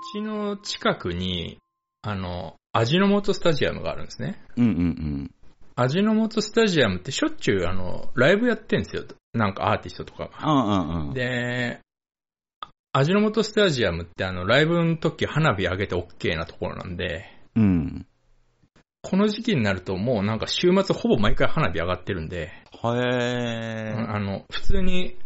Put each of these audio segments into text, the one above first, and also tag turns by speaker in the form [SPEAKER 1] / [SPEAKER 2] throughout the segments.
[SPEAKER 1] ちの近くに、あの、味の素スタジアムがあるんですね。
[SPEAKER 2] うんうんうん。
[SPEAKER 1] 味の素スタジアムってしょっちゅうあの、ライブやってんですよ。なんかアーティストとかが。
[SPEAKER 2] うんうんうん。
[SPEAKER 1] で、味の素スタジアムってあの、ライブの時花火上げて OK なところなんで、
[SPEAKER 2] うん。
[SPEAKER 1] この時期になるともうなんか週末ほぼ毎回花火上がってるんで、
[SPEAKER 2] へ
[SPEAKER 1] うん
[SPEAKER 2] ー。
[SPEAKER 1] あの、普通に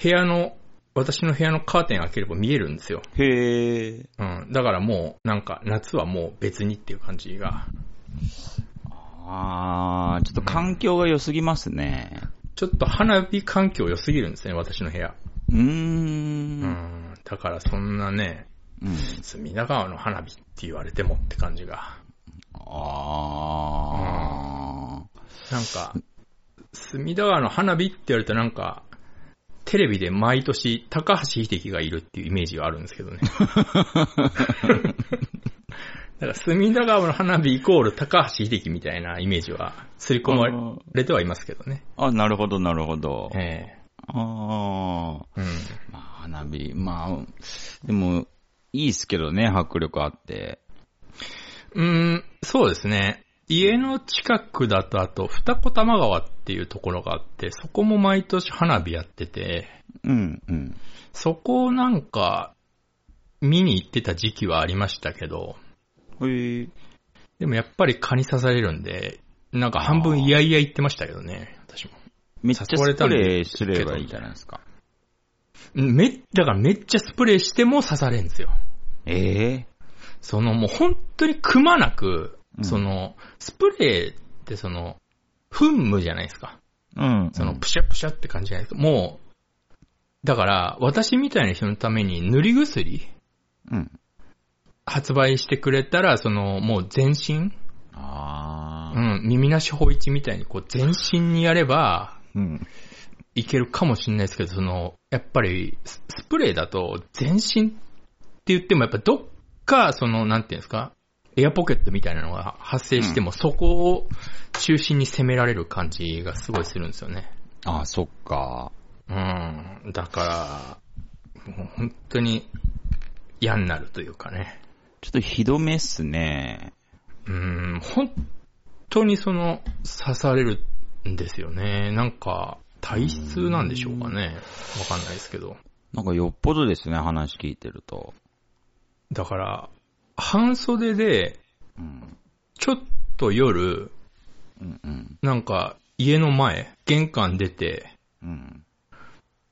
[SPEAKER 1] 部屋の、私の部屋のカーテン開ければ見えるんですよ。
[SPEAKER 2] へー。
[SPEAKER 1] うん。だからもう、なんか、夏はもう別にっていう感じが。
[SPEAKER 2] あー、ちょっと環境が良すぎますね。
[SPEAKER 1] ちょっと花火環境良すぎるんですね、私の部屋。
[SPEAKER 2] うー。
[SPEAKER 1] うんん。だからそんなね、
[SPEAKER 2] うん。
[SPEAKER 1] 隅田川の花火って言われてもって感じが。
[SPEAKER 2] あ
[SPEAKER 1] なんか、隅田川の花火って言われたらなんか、テレビで毎年高橋秀樹がいるっていうイメージがあるんですけ どね。だから隅田川の花火イコール高橋秀樹みたいなイメージは、すり込まれてはいますけどね。
[SPEAKER 2] ー。あ、なるほど、なるほど。
[SPEAKER 1] え
[SPEAKER 2] あ
[SPEAKER 1] え
[SPEAKER 2] ー。
[SPEAKER 1] うん。
[SPEAKER 2] まあ、花火、まあ、でも、いいっすけどね、迫力あって。
[SPEAKER 1] うーん、そうですね。家の近くだと、あと、二子玉川っていうところがあって、そこも毎年花火やってて、
[SPEAKER 2] うん、うん。
[SPEAKER 1] そこをなんか、見に行ってた時期はありましたけど、
[SPEAKER 2] へえ。
[SPEAKER 1] でもやっぱり蚊に刺されるんで、なんか半分いやいや言ってましたけどね、私も。
[SPEAKER 2] めっちゃスプレーすればいいじゃないですか。
[SPEAKER 1] うんめ、だからめっちゃスプレーしても刺されるんですよ。
[SPEAKER 2] ええ
[SPEAKER 1] そのもう本当にくまなく、
[SPEAKER 2] うん
[SPEAKER 1] その、スプレーってその、噴霧じゃないですか。
[SPEAKER 2] うん。
[SPEAKER 1] その、プシャプシャって感じじゃないですか。もう、だから、私みたいな人のために塗り薬
[SPEAKER 2] うん。
[SPEAKER 1] 発売してくれたら、その、もう全身
[SPEAKER 2] あ
[SPEAKER 1] う
[SPEAKER 2] あ。
[SPEAKER 1] ん、耳なし法一みたいに、こう、全身にやれば、
[SPEAKER 2] うん。
[SPEAKER 1] いけるかもしれないですけど、その、やっぱりス、スプレーだと、全身って言っても、やっぱどっか、その、なんていうんですか、エアポケットみたいなのが発生しても、そこを中心に攻められる感じがすごいするんですよね。
[SPEAKER 2] ああ、そっか。
[SPEAKER 1] うん。だから、もう本当に嫌になるというかね。
[SPEAKER 2] ちょっとひどめっすね。
[SPEAKER 1] うん、本当にその、刺されるんですよね。なんか、体質なんでしょうかね。わかんないですけど。
[SPEAKER 2] なんかよっぽどですね、話聞いてると。
[SPEAKER 1] だから、半袖で、
[SPEAKER 2] うん。
[SPEAKER 1] ちょっと夜、
[SPEAKER 2] うんうん。
[SPEAKER 1] なんか、家の前、玄関出て、
[SPEAKER 2] うん。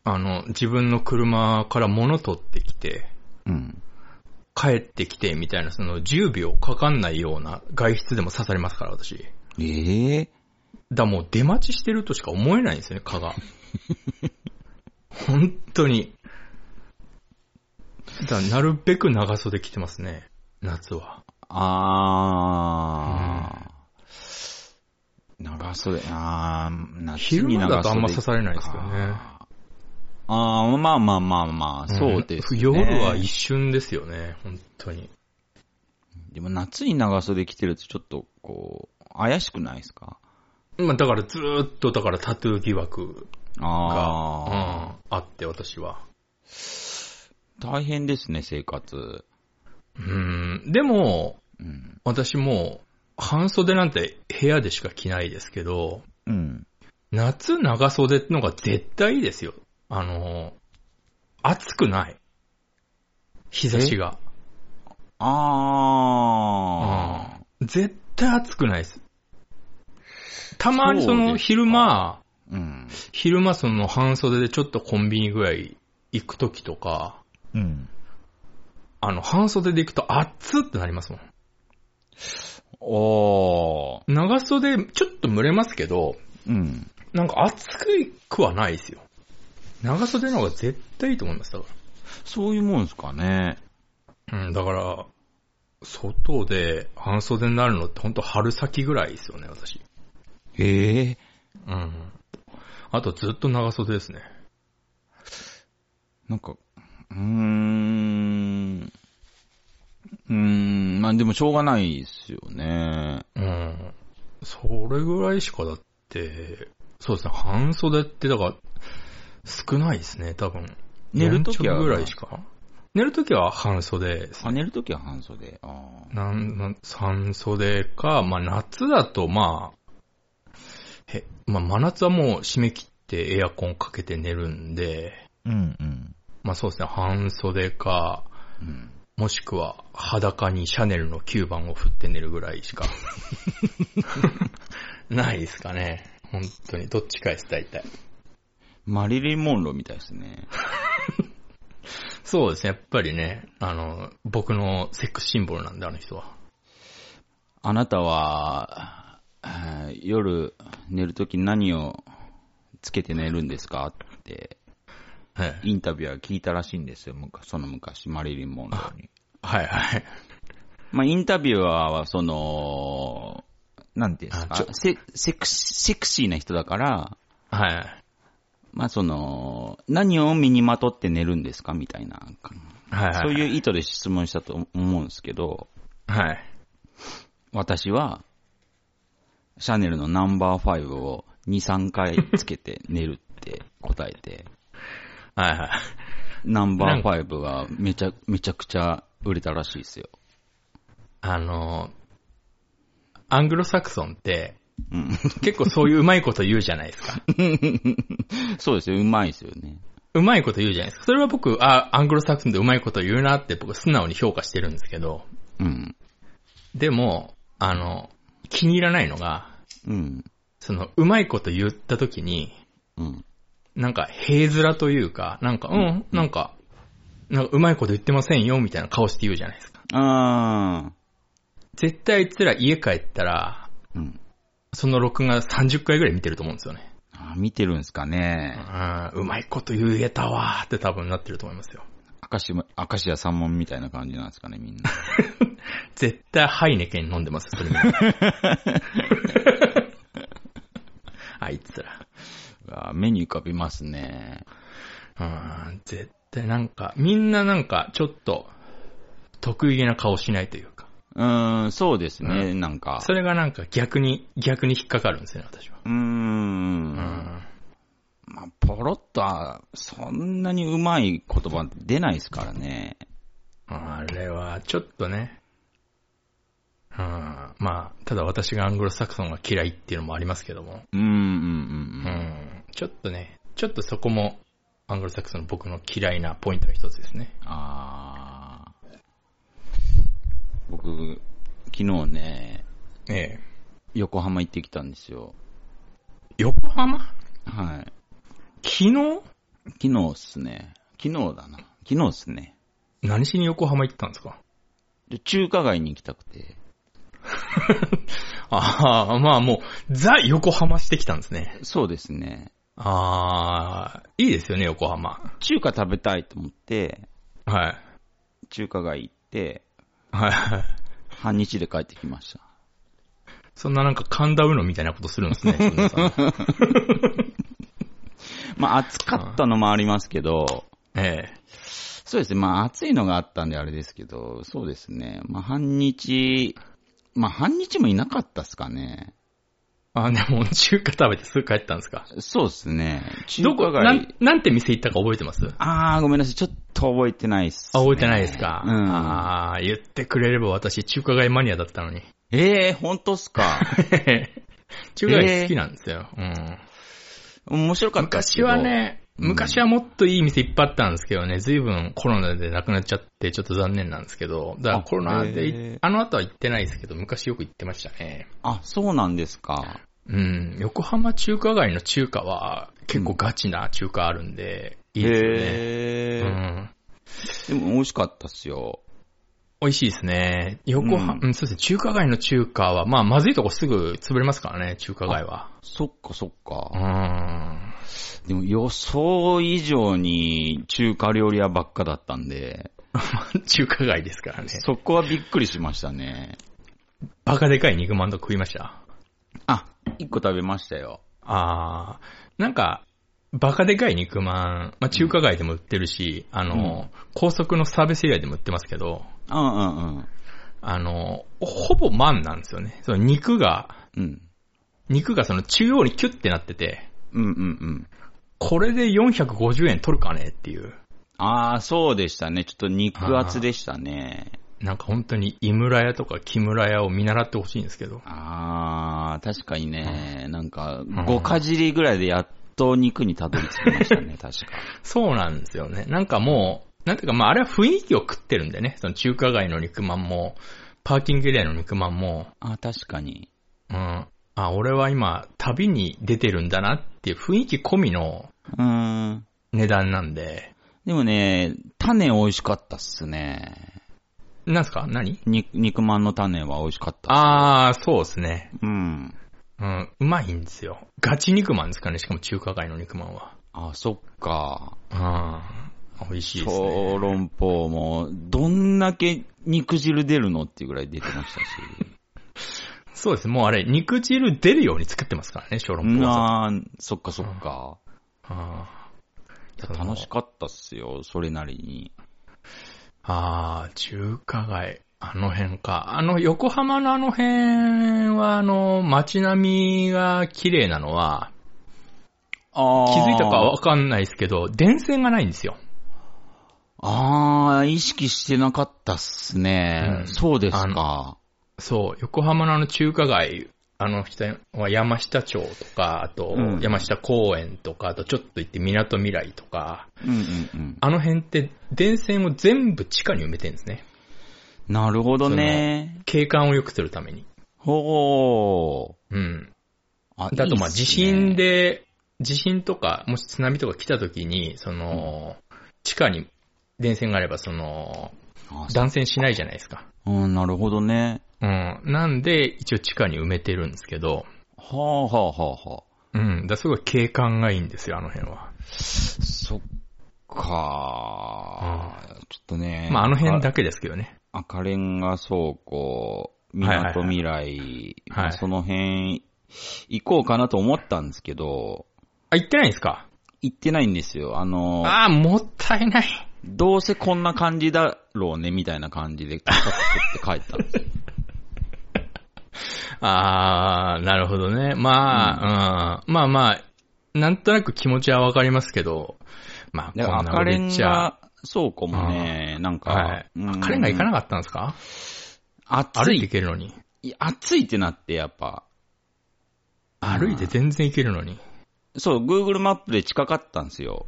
[SPEAKER 1] あの、自分の車から物取ってきて、
[SPEAKER 2] うん。
[SPEAKER 1] 帰ってきて、みたいな、その10秒かかんないような外出でも刺されますから、私。
[SPEAKER 2] ええ
[SPEAKER 1] だ、もう出待ちしてるとしか思えないんですよね、蚊が。本当に。だ、なるべく長袖着てますね、夏は。
[SPEAKER 2] ああ。長袖、ああ、夏
[SPEAKER 1] 昼
[SPEAKER 2] に長
[SPEAKER 1] 間
[SPEAKER 2] 袖。
[SPEAKER 1] だとあんま刺されないですけどね。
[SPEAKER 2] ああ、まあまあまあまあ、そうですね。
[SPEAKER 1] 夜は一瞬ですよね、本当に。
[SPEAKER 2] でも夏に長袖着てるとちょっと、こう、怪しくないですか
[SPEAKER 1] まあ、だからずーっと、だからタトゥー疑惑が、うん
[SPEAKER 2] ああ、
[SPEAKER 1] あって、私は。
[SPEAKER 2] 大変ですね、生活。
[SPEAKER 1] うん、でも、
[SPEAKER 2] うん。
[SPEAKER 1] 私も、半袖なんて部屋でしか着ないですけど、
[SPEAKER 2] うん。
[SPEAKER 1] 夏長袖ってのが絶対いいですよ。あの、暑くない。日差しが。
[SPEAKER 2] ああ、
[SPEAKER 1] うん絶対暑くないです。たまにそ
[SPEAKER 2] そう
[SPEAKER 1] の
[SPEAKER 2] ですか
[SPEAKER 1] 昼間、
[SPEAKER 2] うん。
[SPEAKER 1] 昼間その半袖でちょっとコンビニぐらい行くときとか、
[SPEAKER 2] うん。
[SPEAKER 1] あの、半袖で行くと熱ってなりますもん。
[SPEAKER 2] おー。
[SPEAKER 1] 長袖、ちょっと蒸れますけど、
[SPEAKER 2] うん。
[SPEAKER 1] なんか暑くはないですよ。長袖の方が絶対いいと思います、だか
[SPEAKER 2] そういうもんですかね。
[SPEAKER 1] ら。うん、だから、外で半袖になるのってほんと春先ぐらいですよね、私。
[SPEAKER 2] へえ。
[SPEAKER 1] うん。あとずっと長袖ですね。
[SPEAKER 2] なんか、うーん。うーん、まあでもしょうがないですよね。
[SPEAKER 1] うん。それぐらいしかだって、そうですね、半袖ってだから、少ないですね、多分。
[SPEAKER 2] 寝るときは
[SPEAKER 1] 四着ぐらいしか。寝るときは半袖です
[SPEAKER 2] 跳ねるときは半袖。あー
[SPEAKER 1] なん、なん、半袖か、まあ夏だとまあ、へ、まあ真夏はもう締め切ってエアコンかけて寝るんで、
[SPEAKER 2] うんうん。
[SPEAKER 1] まあそうですね、半袖か、
[SPEAKER 2] うん。
[SPEAKER 1] もしくは裸にシャネルの9番を振って寝るぐらいしか、 ないですかね。本当に、どっちかです、大体。
[SPEAKER 2] マリリン・モンローみたいですね。
[SPEAKER 1] そうですね、やっぱりね、あの、僕のセックスシンボルなんで、あの人は。
[SPEAKER 2] あなたは、えー夜寝るとき何をつけて寝るんですかって、
[SPEAKER 1] はい。
[SPEAKER 2] インタビューは聞いたらしいんですよ。昔その昔、マリリン・モンローに。
[SPEAKER 1] はいはい。
[SPEAKER 2] まあ、インタビュアーは、その、なんていうんです
[SPEAKER 1] あち
[SPEAKER 2] か、セセクシセクシーな人だから、
[SPEAKER 1] はい。
[SPEAKER 2] まあ、その、何を身にまとって寝るんですかみたいな、
[SPEAKER 1] はい。
[SPEAKER 2] そう
[SPEAKER 1] う。
[SPEAKER 2] いう意図で質問したと思うんですけど、
[SPEAKER 1] はい。
[SPEAKER 2] 私は、シャネルのナンバー5を2、3回つけて寝るって答えて、
[SPEAKER 1] はいはい。
[SPEAKER 2] ナンバー5はめちゃ、めちゃくちゃ売れたらしいですよ。
[SPEAKER 1] あの、アングロサクソンって、
[SPEAKER 2] うん。
[SPEAKER 1] 結構そういううまいこと言うじゃないですか。
[SPEAKER 2] そうですよ、うまいですよね。
[SPEAKER 1] うまいこと言うじゃないですか。それは僕、あ、アングロサクソンでうまいこと言うなって僕素直に評価してるんですけど、
[SPEAKER 2] うん。
[SPEAKER 1] でも、あの、気に入らないのが、
[SPEAKER 2] うん。
[SPEAKER 1] その、うまいこと言った時に、
[SPEAKER 2] うん。
[SPEAKER 1] なんか、平面というか、なんか、うん、なんか、なんかうまいこと言ってませんよ、みたいな顔して言うじゃないですか。
[SPEAKER 2] あ
[SPEAKER 1] 絶対あいつら家帰ったら、
[SPEAKER 2] ー。うん。
[SPEAKER 1] その録画30回ぐらい見てると思うんですよね。
[SPEAKER 2] あー見てるんですかね。
[SPEAKER 1] うんうまいこと言えたわーって多分なってると思いますよ。
[SPEAKER 2] 明石も、明石家さんもんみたいな感じなんですかね、みんな。
[SPEAKER 1] 絶対ハイネケン飲んでますよ、それみん なあいつら。
[SPEAKER 2] うわー目に浮かびますね。
[SPEAKER 1] うん、絶対なんか、みんななんかちょっと得意げな顔しないというか、
[SPEAKER 2] うーん、そうですね、なんか。
[SPEAKER 1] それがなんか逆に、逆に引っかかるんですよね、私は。
[SPEAKER 2] うーん。
[SPEAKER 1] うん。
[SPEAKER 2] まあ、ポロッとは、そんなにうまい言葉出ないですからね。
[SPEAKER 1] あれは、ちょっとね。うん、まあ、ただ私がアングロサクソンが嫌いっていうのもありますけども。
[SPEAKER 2] うん、うん、
[SPEAKER 1] う
[SPEAKER 2] うん
[SPEAKER 1] んちょっとね、ちょっとそこも、アングルサクソンの僕の嫌いなポイントの一つですね。。
[SPEAKER 2] あー。僕、昨日ね、
[SPEAKER 1] ええ。
[SPEAKER 2] 横浜行ってきたんですよ。
[SPEAKER 1] 横浜
[SPEAKER 2] はい。
[SPEAKER 1] 昨日
[SPEAKER 2] 昨日っすね。昨日だな。昨日っすね。
[SPEAKER 1] 何しに横浜行ったんですか
[SPEAKER 2] で中華街に行きたくて。
[SPEAKER 1] ああ、まあもう、ザ横浜してきたんですね。
[SPEAKER 2] そうですね。
[SPEAKER 1] ああ、いいですよね、横浜。
[SPEAKER 2] 中華食べたいと思って、
[SPEAKER 1] はい。
[SPEAKER 2] 中華街行って、
[SPEAKER 1] はい。
[SPEAKER 2] 半日で帰ってきました。
[SPEAKER 1] そんななんか神田うのみたいなことするんで すね、そんなさ
[SPEAKER 2] まあ暑かったのもありますけど、
[SPEAKER 1] ええ。
[SPEAKER 2] そうですね。まあ暑いのがあったんであれですけど、そうですね。まあ半日、まあ半日もいなかったっすかね。
[SPEAKER 1] あでも、中華食べてすぐ帰ったんですか
[SPEAKER 2] そうですね。中
[SPEAKER 1] どこ、
[SPEAKER 2] 華
[SPEAKER 1] な
[SPEAKER 2] 街
[SPEAKER 1] ん、。なんて店行ったか覚えてます
[SPEAKER 2] あー、ごめんなさい。ちょっと覚えてないっす、
[SPEAKER 1] あ、覚えてないですか、
[SPEAKER 2] うん。
[SPEAKER 1] ああ、言ってくれれば私、中華街マニアだったのに。
[SPEAKER 2] えー、本当っすか。
[SPEAKER 1] 中華街好きなんですよ。うん、
[SPEAKER 2] 面白かったっす
[SPEAKER 1] 昔
[SPEAKER 2] けど
[SPEAKER 1] は、ね、
[SPEAKER 2] うん
[SPEAKER 1] 昔はもっといい店いっぱいあったんですけどね、随分コロナでなくなっちゃって、ちょっと残念なんですけど、だから
[SPEAKER 2] あ
[SPEAKER 1] コロナで
[SPEAKER 2] へ
[SPEAKER 1] い
[SPEAKER 2] ー
[SPEAKER 1] あの後は行ってないですけど、昔よく行ってましたね。
[SPEAKER 2] あ、そうなんですか。
[SPEAKER 1] うん、横浜中華街の中華は結構ガチな中華あるんで、いいですよね。
[SPEAKER 2] へ
[SPEAKER 1] う
[SPEAKER 2] ー
[SPEAKER 1] ん、
[SPEAKER 2] でも美味しかったっすよ。
[SPEAKER 1] 美味しいですね。横浜、
[SPEAKER 2] うん
[SPEAKER 1] うん、そうですね。中華街の中華は、まあ、まずいとこすぐ潰れますからね、中華街は。
[SPEAKER 2] そっかそっか。
[SPEAKER 1] うん。
[SPEAKER 2] でも予想以上に中華料理屋ばっかだったんで、
[SPEAKER 1] 中華街ですからね。
[SPEAKER 2] そこはびっくりしましたね。
[SPEAKER 1] バカでかい肉まんと食いました。
[SPEAKER 2] あ、一個食べましたよ。
[SPEAKER 1] あー、なんか、バカでかい肉まん、まあ、中華街でも売ってるし、あの、高速のサービスエリアでも売ってますけど、
[SPEAKER 2] うんうんうん。
[SPEAKER 1] あの、ほぼまんなんですよね。その肉が、
[SPEAKER 2] うん。
[SPEAKER 1] 肉がその中央にキュッてなってて、
[SPEAKER 2] うんうんうん。
[SPEAKER 1] これで450円取るかねっていう。
[SPEAKER 2] ああ、そうでしたね。ちょっと肉厚でしたね。
[SPEAKER 1] なんか本当に井村屋とか木村屋を見習ってほしいんですけど。
[SPEAKER 2] ああ、確かにね、なんか、5かじりぐらいでやっと肉にたどり着きましたね、確か。
[SPEAKER 1] そうなんですよね。なんかもう、なんていうかまああれは雰囲気を食ってるんでね。その中華街の肉まんも、パーキングエリアの肉まんも、
[SPEAKER 2] あー確かに。
[SPEAKER 1] うん。あ、俺は今、旅に出てるんだなっていう雰囲気込みの
[SPEAKER 2] うーん。
[SPEAKER 1] 値段なんで、
[SPEAKER 2] でもね、種美味しかったっすね。
[SPEAKER 1] なんすか何
[SPEAKER 2] に肉まんの種は美味しかったっ
[SPEAKER 1] あー、そうですね。
[SPEAKER 2] す。うん。
[SPEAKER 1] うん、うまいんですよ。ガチ肉まんですかね、しかも中華街の肉まんは。
[SPEAKER 2] あ、そっか。
[SPEAKER 1] うん。美味しいですね。
[SPEAKER 2] 小籠包も、どんだけ肉汁出るのっていうぐらい出てま したし。
[SPEAKER 1] そうです。もうあれ、肉汁出るように作ってますからね、小籠包は。
[SPEAKER 2] なあ、そっかそっか。
[SPEAKER 1] あ
[SPEAKER 2] いや楽しかったっすよ、それなりに。
[SPEAKER 1] あー、中華街。あの辺か。あの、横浜のあの辺は、あの、街並みが綺麗なのは、
[SPEAKER 2] あ
[SPEAKER 1] 気づいたかわかんないですけど、電線がないんですよ。
[SPEAKER 2] ああ、意識してなかったっすね。
[SPEAKER 1] うん
[SPEAKER 2] そうですか。
[SPEAKER 1] そう、横浜のあの中華街、あの下は山下町とか、あと
[SPEAKER 2] うん
[SPEAKER 1] 山下公園とか、あとちょっと行って港未来とか、
[SPEAKER 2] うんうんうん。
[SPEAKER 1] あの辺って電線を全部地下に埋めてるんですね。
[SPEAKER 2] なるほどね。
[SPEAKER 1] 景観を良くするために。
[SPEAKER 2] ほ
[SPEAKER 1] うん。
[SPEAKER 2] う。あ
[SPEAKER 1] だとまあ
[SPEAKER 2] いいっす
[SPEAKER 1] 地
[SPEAKER 2] ね
[SPEAKER 1] 震で、地震とか、もし津波とか来た時に、その、地下に電線があれば、その、
[SPEAKER 2] あ
[SPEAKER 1] 断線しないじゃないですか。
[SPEAKER 2] うん、なるほどね。
[SPEAKER 1] うん。なんで、一応地下に埋めてるんですけど、
[SPEAKER 2] はあはあはあは
[SPEAKER 1] う
[SPEAKER 2] あ。
[SPEAKER 1] ん。だからすごい景観がいいんですよ、あの辺は。
[SPEAKER 2] そっか、ちょっとね。
[SPEAKER 1] まあ、あの辺だけですけどね。
[SPEAKER 2] あ。赤レンガ倉庫、
[SPEAKER 1] はいはいはい
[SPEAKER 2] 港未来、
[SPEAKER 1] はい
[SPEAKER 2] まあその辺、行こうかなと思ったんですけど、
[SPEAKER 1] あ、行ってないんですか
[SPEAKER 2] 行ってないんですよ。あの、
[SPEAKER 1] ああ、もったい ない。
[SPEAKER 2] どうせこんな感じだろうね、みたいな感じで、カカって帰ったん ですよ。
[SPEAKER 1] ああ、なるほどね。まあ、うん。まあまあ、なんとなく気持ちはわかりますけど、まあ、
[SPEAKER 2] で、
[SPEAKER 1] こんな
[SPEAKER 2] 赤
[SPEAKER 1] こと
[SPEAKER 2] レ
[SPEAKER 1] 言
[SPEAKER 2] ン
[SPEAKER 1] っちゃ。
[SPEAKER 2] ガ倉庫もね、なんか、
[SPEAKER 1] はい。赤レンガ行かなかったんですか
[SPEAKER 2] か
[SPEAKER 1] 歩
[SPEAKER 2] 暑
[SPEAKER 1] いて行
[SPEAKER 2] い
[SPEAKER 1] けるのに。
[SPEAKER 2] いや暑いってなって、やっぱ。
[SPEAKER 1] 歩いて全然行けるのに。
[SPEAKER 2] そう、Google マップで近かったんですよ。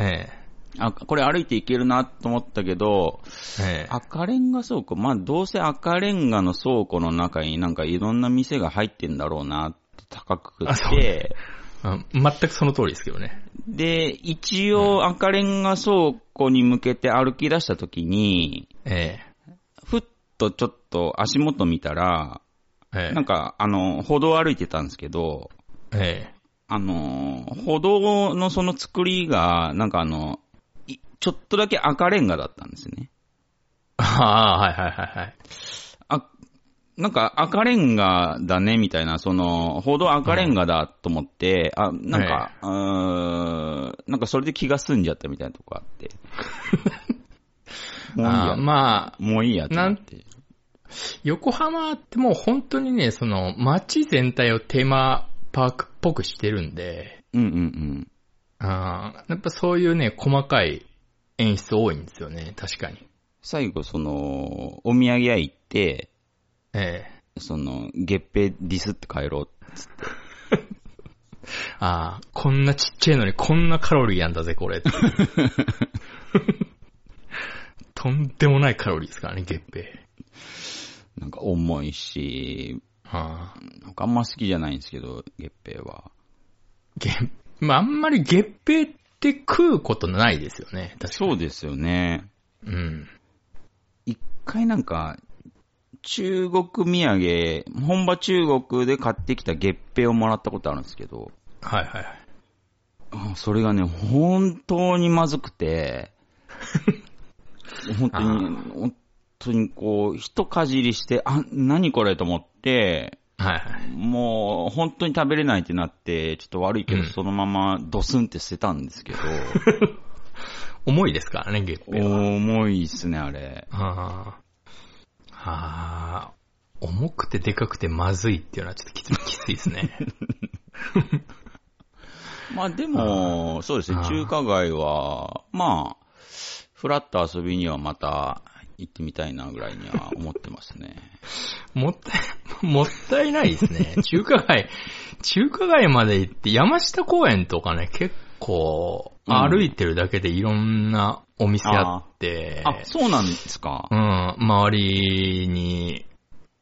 [SPEAKER 1] ええ。
[SPEAKER 2] あ、これ歩いて行けるなと思ったけど、
[SPEAKER 1] ええ。
[SPEAKER 2] 赤レンガ倉庫、まあどうせ赤レンガの倉庫の中になんかいろんな店が入ってんだろうなって高く
[SPEAKER 1] あ
[SPEAKER 2] っ
[SPEAKER 1] そう
[SPEAKER 2] て、
[SPEAKER 1] うん全くその通りですけどね。
[SPEAKER 2] で、一応赤レンガ倉庫に向けて歩き出した時に、
[SPEAKER 1] え
[SPEAKER 2] ふっとちょっと足元見たら、
[SPEAKER 1] え。ええ
[SPEAKER 2] なんか、あの、歩道を歩いてたんですけど、
[SPEAKER 1] ええ。
[SPEAKER 2] あの、歩道のその作りが、なんかあの、いちょっとだけ赤レンガだったんですね。
[SPEAKER 1] ああ、はいはいはいはい。
[SPEAKER 2] あ、なんか赤レンガだね、みたいな、その、歩道赤レンガだと思って、あ、なんか、うーん、なんかそれで気が済んじゃったみたいなとこあって。 もういい
[SPEAKER 1] ああ
[SPEAKER 2] や。
[SPEAKER 1] まあ、
[SPEAKER 2] もういいやってなって。
[SPEAKER 1] 横浜ってもう本当にね、その街全体をテーマパークっぽくしてるんで、
[SPEAKER 2] うんうんうん。
[SPEAKER 1] あーやっぱそういうね、細かい演出多いんですよね、確かに。
[SPEAKER 2] 最後、その、お土産屋行って、
[SPEAKER 1] え
[SPEAKER 2] その、月平ディスって帰ろう。
[SPEAKER 1] えあーこんなちっちゃいのにこんなカロリーやんだぜ、これ っていう。とんでもないカロリーですからね、月餅。
[SPEAKER 2] なんか重いし、
[SPEAKER 1] あー
[SPEAKER 2] なんかあんま好きじゃないんですけど、月平は。
[SPEAKER 1] 月まあ、あんまり月餅って食うことないですよね、確かに。
[SPEAKER 2] そうですよね。
[SPEAKER 1] うん。
[SPEAKER 2] 一回なんか、中国土産、本場中国で買ってきた月餅をもらったことあるんですけど、
[SPEAKER 1] はいはいはい。
[SPEAKER 2] あそれがね、本当にまずく て、本当に、本当にこう、一かじりして、あ、何これと思って、
[SPEAKER 1] はいはい。
[SPEAKER 2] もう本当に食べれないってなって、ちょっと悪いけど、
[SPEAKER 1] うん
[SPEAKER 2] そのままドスンって捨てたん ですけど、
[SPEAKER 1] 重いですからね、月餅は。
[SPEAKER 2] 重いっすね、あれ。
[SPEAKER 1] ああ。ああ。重くてでかくてまずいっていうのはちょっときつい、きついですね。
[SPEAKER 2] まあでも、そうですね、
[SPEAKER 1] あー
[SPEAKER 2] 中華街は、まあ、ふらっと遊びにはまた行ってみたいなぐらいには思ってますね。
[SPEAKER 1] もったい、 もったいないですね。中華街、中華街まで行って、山下公園とかね、結構、
[SPEAKER 2] うん
[SPEAKER 1] 歩いてるだけでいろんなお店 あって、
[SPEAKER 2] あ、そうなんですか。
[SPEAKER 1] うん、周りに、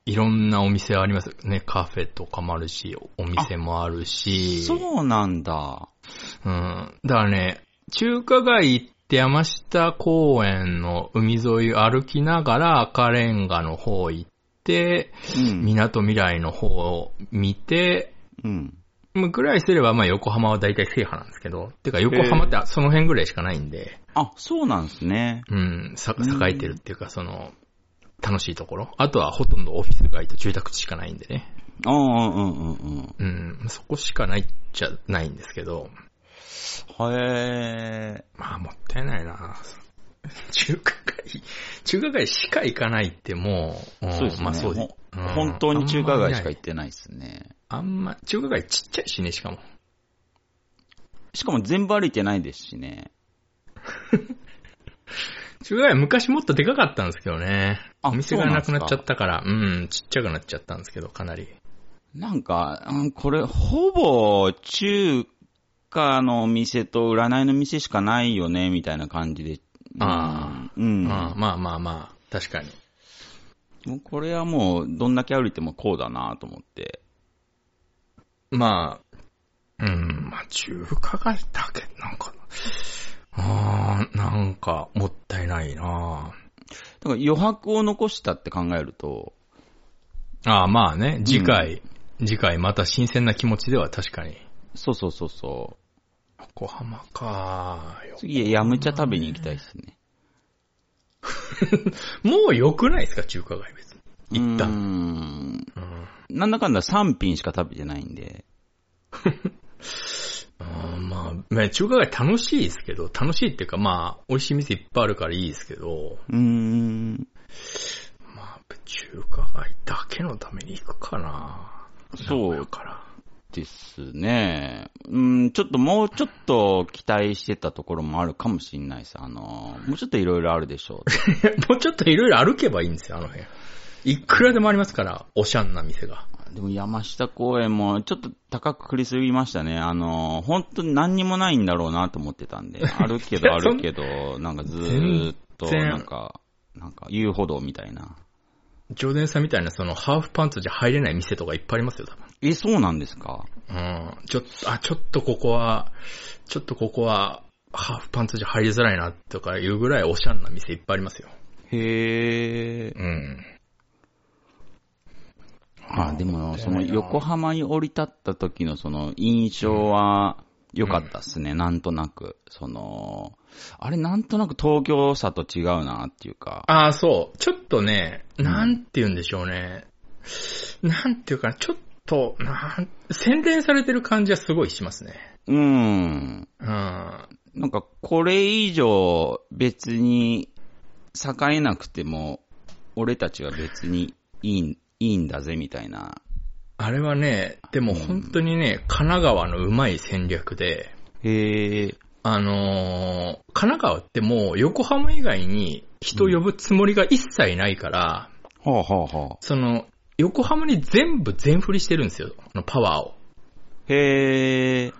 [SPEAKER 1] いろんなお店ありますね。カフェとかもあるし、お店もあるし。
[SPEAKER 2] そうなんだ。
[SPEAKER 1] うん。だからね、中華街行って山下公園の海沿い歩きながら赤レンガの方行って、
[SPEAKER 2] うん。
[SPEAKER 1] 港未来の方を見て、
[SPEAKER 2] うん。
[SPEAKER 1] ぐらいすれば、まあ横浜は大体制覇なんですけど、てか横浜ってその辺ぐらいしかないんで、
[SPEAKER 2] あ、そうなんですね。
[SPEAKER 1] うん、さ
[SPEAKER 2] うん
[SPEAKER 1] 栄えてるっていうか、その、楽しいところ。あとはほとんどオフィス街と住宅地しかないんでね。
[SPEAKER 2] ああ、うんうんうん
[SPEAKER 1] うん、そこしかないっちゃないんですけど、
[SPEAKER 2] うん。へえ。
[SPEAKER 1] まあ、もったいないな。中華街、中華街しか行かないってもう、ん
[SPEAKER 2] そうですね。
[SPEAKER 1] まあそうです。
[SPEAKER 2] ほ
[SPEAKER 1] うん
[SPEAKER 2] 本当に中華街し
[SPEAKER 1] あんまり
[SPEAKER 2] か行
[SPEAKER 1] ない
[SPEAKER 2] ってないですね。
[SPEAKER 1] あんま、中華街ちっちゃいしね、しかも。
[SPEAKER 2] しかも全部歩いてないですしね。
[SPEAKER 1] 中華街昔もっとでかかったんですけどね。
[SPEAKER 2] あ
[SPEAKER 1] お店がなくなっちゃ
[SPEAKER 2] そうなんですか
[SPEAKER 1] ったから、うん、ちっちゃくなっちゃったんですけど、かなり。
[SPEAKER 2] なんか、うんこれ、ほぼ中華のお店と占いの店しかないよね、みたいな感じで。うん
[SPEAKER 1] あ
[SPEAKER 2] う。
[SPEAKER 1] うんまあまあまあ、確かに。
[SPEAKER 2] もうこれはもう、どんだけ歩いてもこうだなと思って。
[SPEAKER 1] まあ、うん、まあ中華街だけ、なんか、あー、なんか、もったいないな
[SPEAKER 2] だから余白を残したって考えると、
[SPEAKER 1] ああ、まあね、次回、次回また新鮮な気持ちでは確かに。
[SPEAKER 2] そうそうそうそ
[SPEAKER 1] 横浜か
[SPEAKER 2] う。次、ヤムチャ食べに行きたいですね。
[SPEAKER 1] もう良くないですか、中華街別に。行った
[SPEAKER 2] うーん。
[SPEAKER 1] うん。
[SPEAKER 2] なんだかんだ3品しか食べてないんで。
[SPEAKER 1] あーまあ、ね中華街楽しいですけど、楽しいっていうかまあ、美味しい店いっぱいあるからいいですけど、
[SPEAKER 2] うーん。
[SPEAKER 1] まあ、中華街だけのために行くかな
[SPEAKER 2] そう
[SPEAKER 1] だから。
[SPEAKER 2] ですね。うん、ちょっともうちょっと期待してたところもあるかもしんないです。あの、もうちょっといろいろあるでしょう。
[SPEAKER 1] もうちょっといろいろ歩けばいいんですよ、あの辺。いくらでもありますから、おしゃんな店が。
[SPEAKER 2] でも山下公園もちょっと高くくりすぎましたね。あの、本当に何にもないんだろうなと思ってたんで。あるけ
[SPEAKER 1] い
[SPEAKER 2] ど
[SPEAKER 1] や
[SPEAKER 2] あ
[SPEAKER 1] そん
[SPEAKER 2] るけど、なんかずーっと、
[SPEAKER 1] 全然
[SPEAKER 2] なんか、なんか遊歩道みたいな。
[SPEAKER 1] ジョーデンさんみたいなそのハーフパンツじゃ入れない店とかいっぱいありますよ、多分。
[SPEAKER 2] え、そうなんですか
[SPEAKER 1] うん。ちょっと、あ、ちょっとここは、ちょっとここは、ハーフパンツじゃ入りづらいな、とかいうぐらいおしゃんな店いっぱいありますよ。
[SPEAKER 2] へー。
[SPEAKER 1] うん。
[SPEAKER 2] あ、でも、その横浜に降り立った時のその印象は良かったっすね、なんとなく。その、あれなんとなく東京さと違うなっていうか。
[SPEAKER 1] ああ、そう。ちょっとね、なんて言うんでしょうね。なんていうかな、ちょっと、なん、洗練されてる感じはすごいしますね。
[SPEAKER 2] うん。
[SPEAKER 1] うん。
[SPEAKER 2] なんかこれ以上別に栄えなくても、俺たちは別にいいん、いいんだぜみたいな。
[SPEAKER 1] あれはね、でも本当にね、神奈川のうまい戦略で、
[SPEAKER 2] へえ。
[SPEAKER 1] あのー神奈川ってもう横浜以外に人呼ぶつもりが一切ないから、
[SPEAKER 2] はあはあはあ。
[SPEAKER 1] その、横浜に全部全振りしてるんですよ、あのパワーを。
[SPEAKER 2] へえ。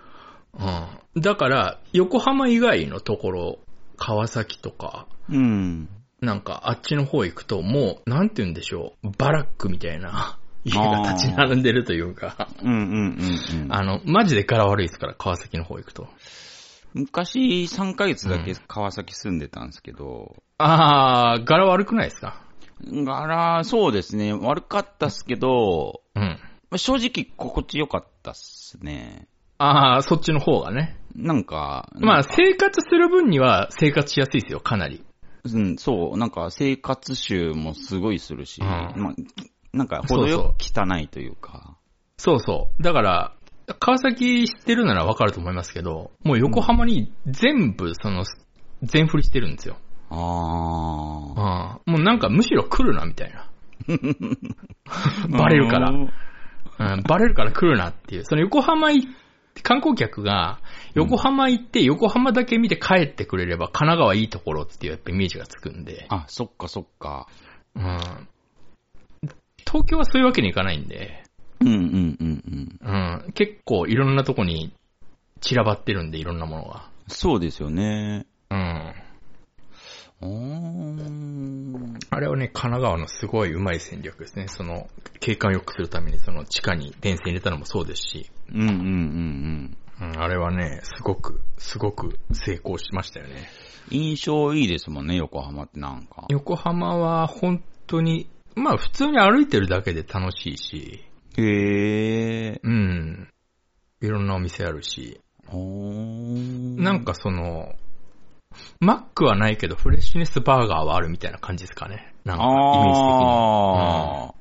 [SPEAKER 1] うん。だから、横浜以外のところ、川崎とか、
[SPEAKER 2] うん。
[SPEAKER 1] なんかあっちの方行くと、もう、なんて言うんでしょう、バラックみたいな家が立ち並んでるというか、
[SPEAKER 2] うんうんうんうん。
[SPEAKER 1] あの、マジで柄悪いですから、川崎の方行くと。
[SPEAKER 2] 昔3ヶ月だけ川崎住んでたんですけど、
[SPEAKER 1] あー、柄悪くないですか
[SPEAKER 2] 柄、そうですね、悪かったっすけど、
[SPEAKER 1] うん。
[SPEAKER 2] まあ正直心地よかったっすね。
[SPEAKER 1] あー、そっちの方がね。
[SPEAKER 2] なんか、
[SPEAKER 1] ま
[SPEAKER 2] な
[SPEAKER 1] あ、
[SPEAKER 2] んか
[SPEAKER 1] 生活する分には生活しやすいですよ、かなり。
[SPEAKER 2] うん、そう、なんか生活臭もすごいするし、
[SPEAKER 1] うん
[SPEAKER 2] まあ、きなんか程よく汚いというか、
[SPEAKER 1] そうそう。だから、川崎知ってるならわかると思いますけど、もう横浜に全部、その、全振りしてるんですよ。
[SPEAKER 2] ああ
[SPEAKER 1] ああもうなんかむしろ来るな、みたい な。 バレるから、
[SPEAKER 2] うん
[SPEAKER 1] うんバレるから来るなっていう。その横浜行っで観光客が横浜行って、横浜だけ見て帰ってくれれば、神奈川いいところっていうやっぱイメージがつくんで、
[SPEAKER 2] あ、そっかそっか。
[SPEAKER 1] うん。東京はそういうわけにいかないんで、
[SPEAKER 2] うんうんうんうん。
[SPEAKER 1] うん。結構いろんなとこに散らばってるんで、いろんなものが。
[SPEAKER 2] そうですよね。
[SPEAKER 1] うん。
[SPEAKER 2] うーん。
[SPEAKER 1] あれはね、神奈川のすごいうまい戦略ですね。その、景観を良くするために、その地下に電線入れたのもそうですし、
[SPEAKER 2] うんうんうんうん。
[SPEAKER 1] うん、あれはね、すごく、すごく成功しましたよね。
[SPEAKER 2] 印象いいですもんね、横浜ってなんか。
[SPEAKER 1] 横浜は本当に、まあ普通に歩いてるだけで楽しいし、
[SPEAKER 2] へえ。
[SPEAKER 1] うん。いろんなお店あるし、
[SPEAKER 2] ほー
[SPEAKER 1] なんかその、マックはないけどフレッシュネスバーガーはあるみたいな感じですかね。なんか、イメージ的に。
[SPEAKER 2] ああ、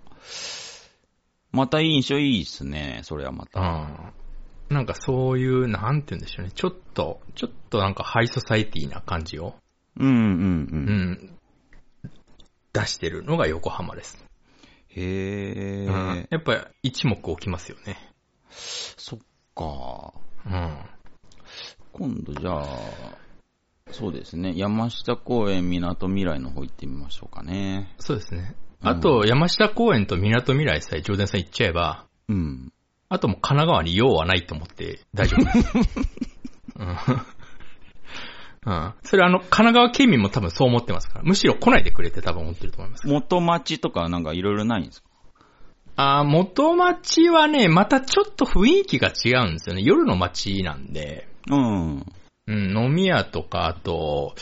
[SPEAKER 2] また印象いいですね、それはまた。
[SPEAKER 1] うん。なんかそういう、なんて言うんでしょうね。ちょっと、ちょっとなんかハイソサイティな感じを、
[SPEAKER 2] うんうんう。
[SPEAKER 1] うんん。出してるのが横浜です。
[SPEAKER 2] へえ、
[SPEAKER 1] うん。やっぱ一目置きますよね。
[SPEAKER 2] そっか。
[SPEAKER 1] うん。
[SPEAKER 2] 今度じゃあ、そうですね、山下公園港未来の方行ってみましょうかね。
[SPEAKER 1] そうですね。
[SPEAKER 2] うん
[SPEAKER 1] あと、山下公園と港未来さえ上田さん行っちゃえば、
[SPEAKER 2] うん。
[SPEAKER 1] あともう神奈川に用はないと思って大丈夫 です。うん。うん。それあの、神奈川県民も多分そう思ってますから。むしろ来ないでくれって多分思ってると思います。
[SPEAKER 2] 元町とかなんかいろいろないんですか
[SPEAKER 1] あー元町はね、またちょっと雰囲気が違うんですよね。夜の街なんで、
[SPEAKER 2] うん。
[SPEAKER 1] うん、飲み屋とか、あと、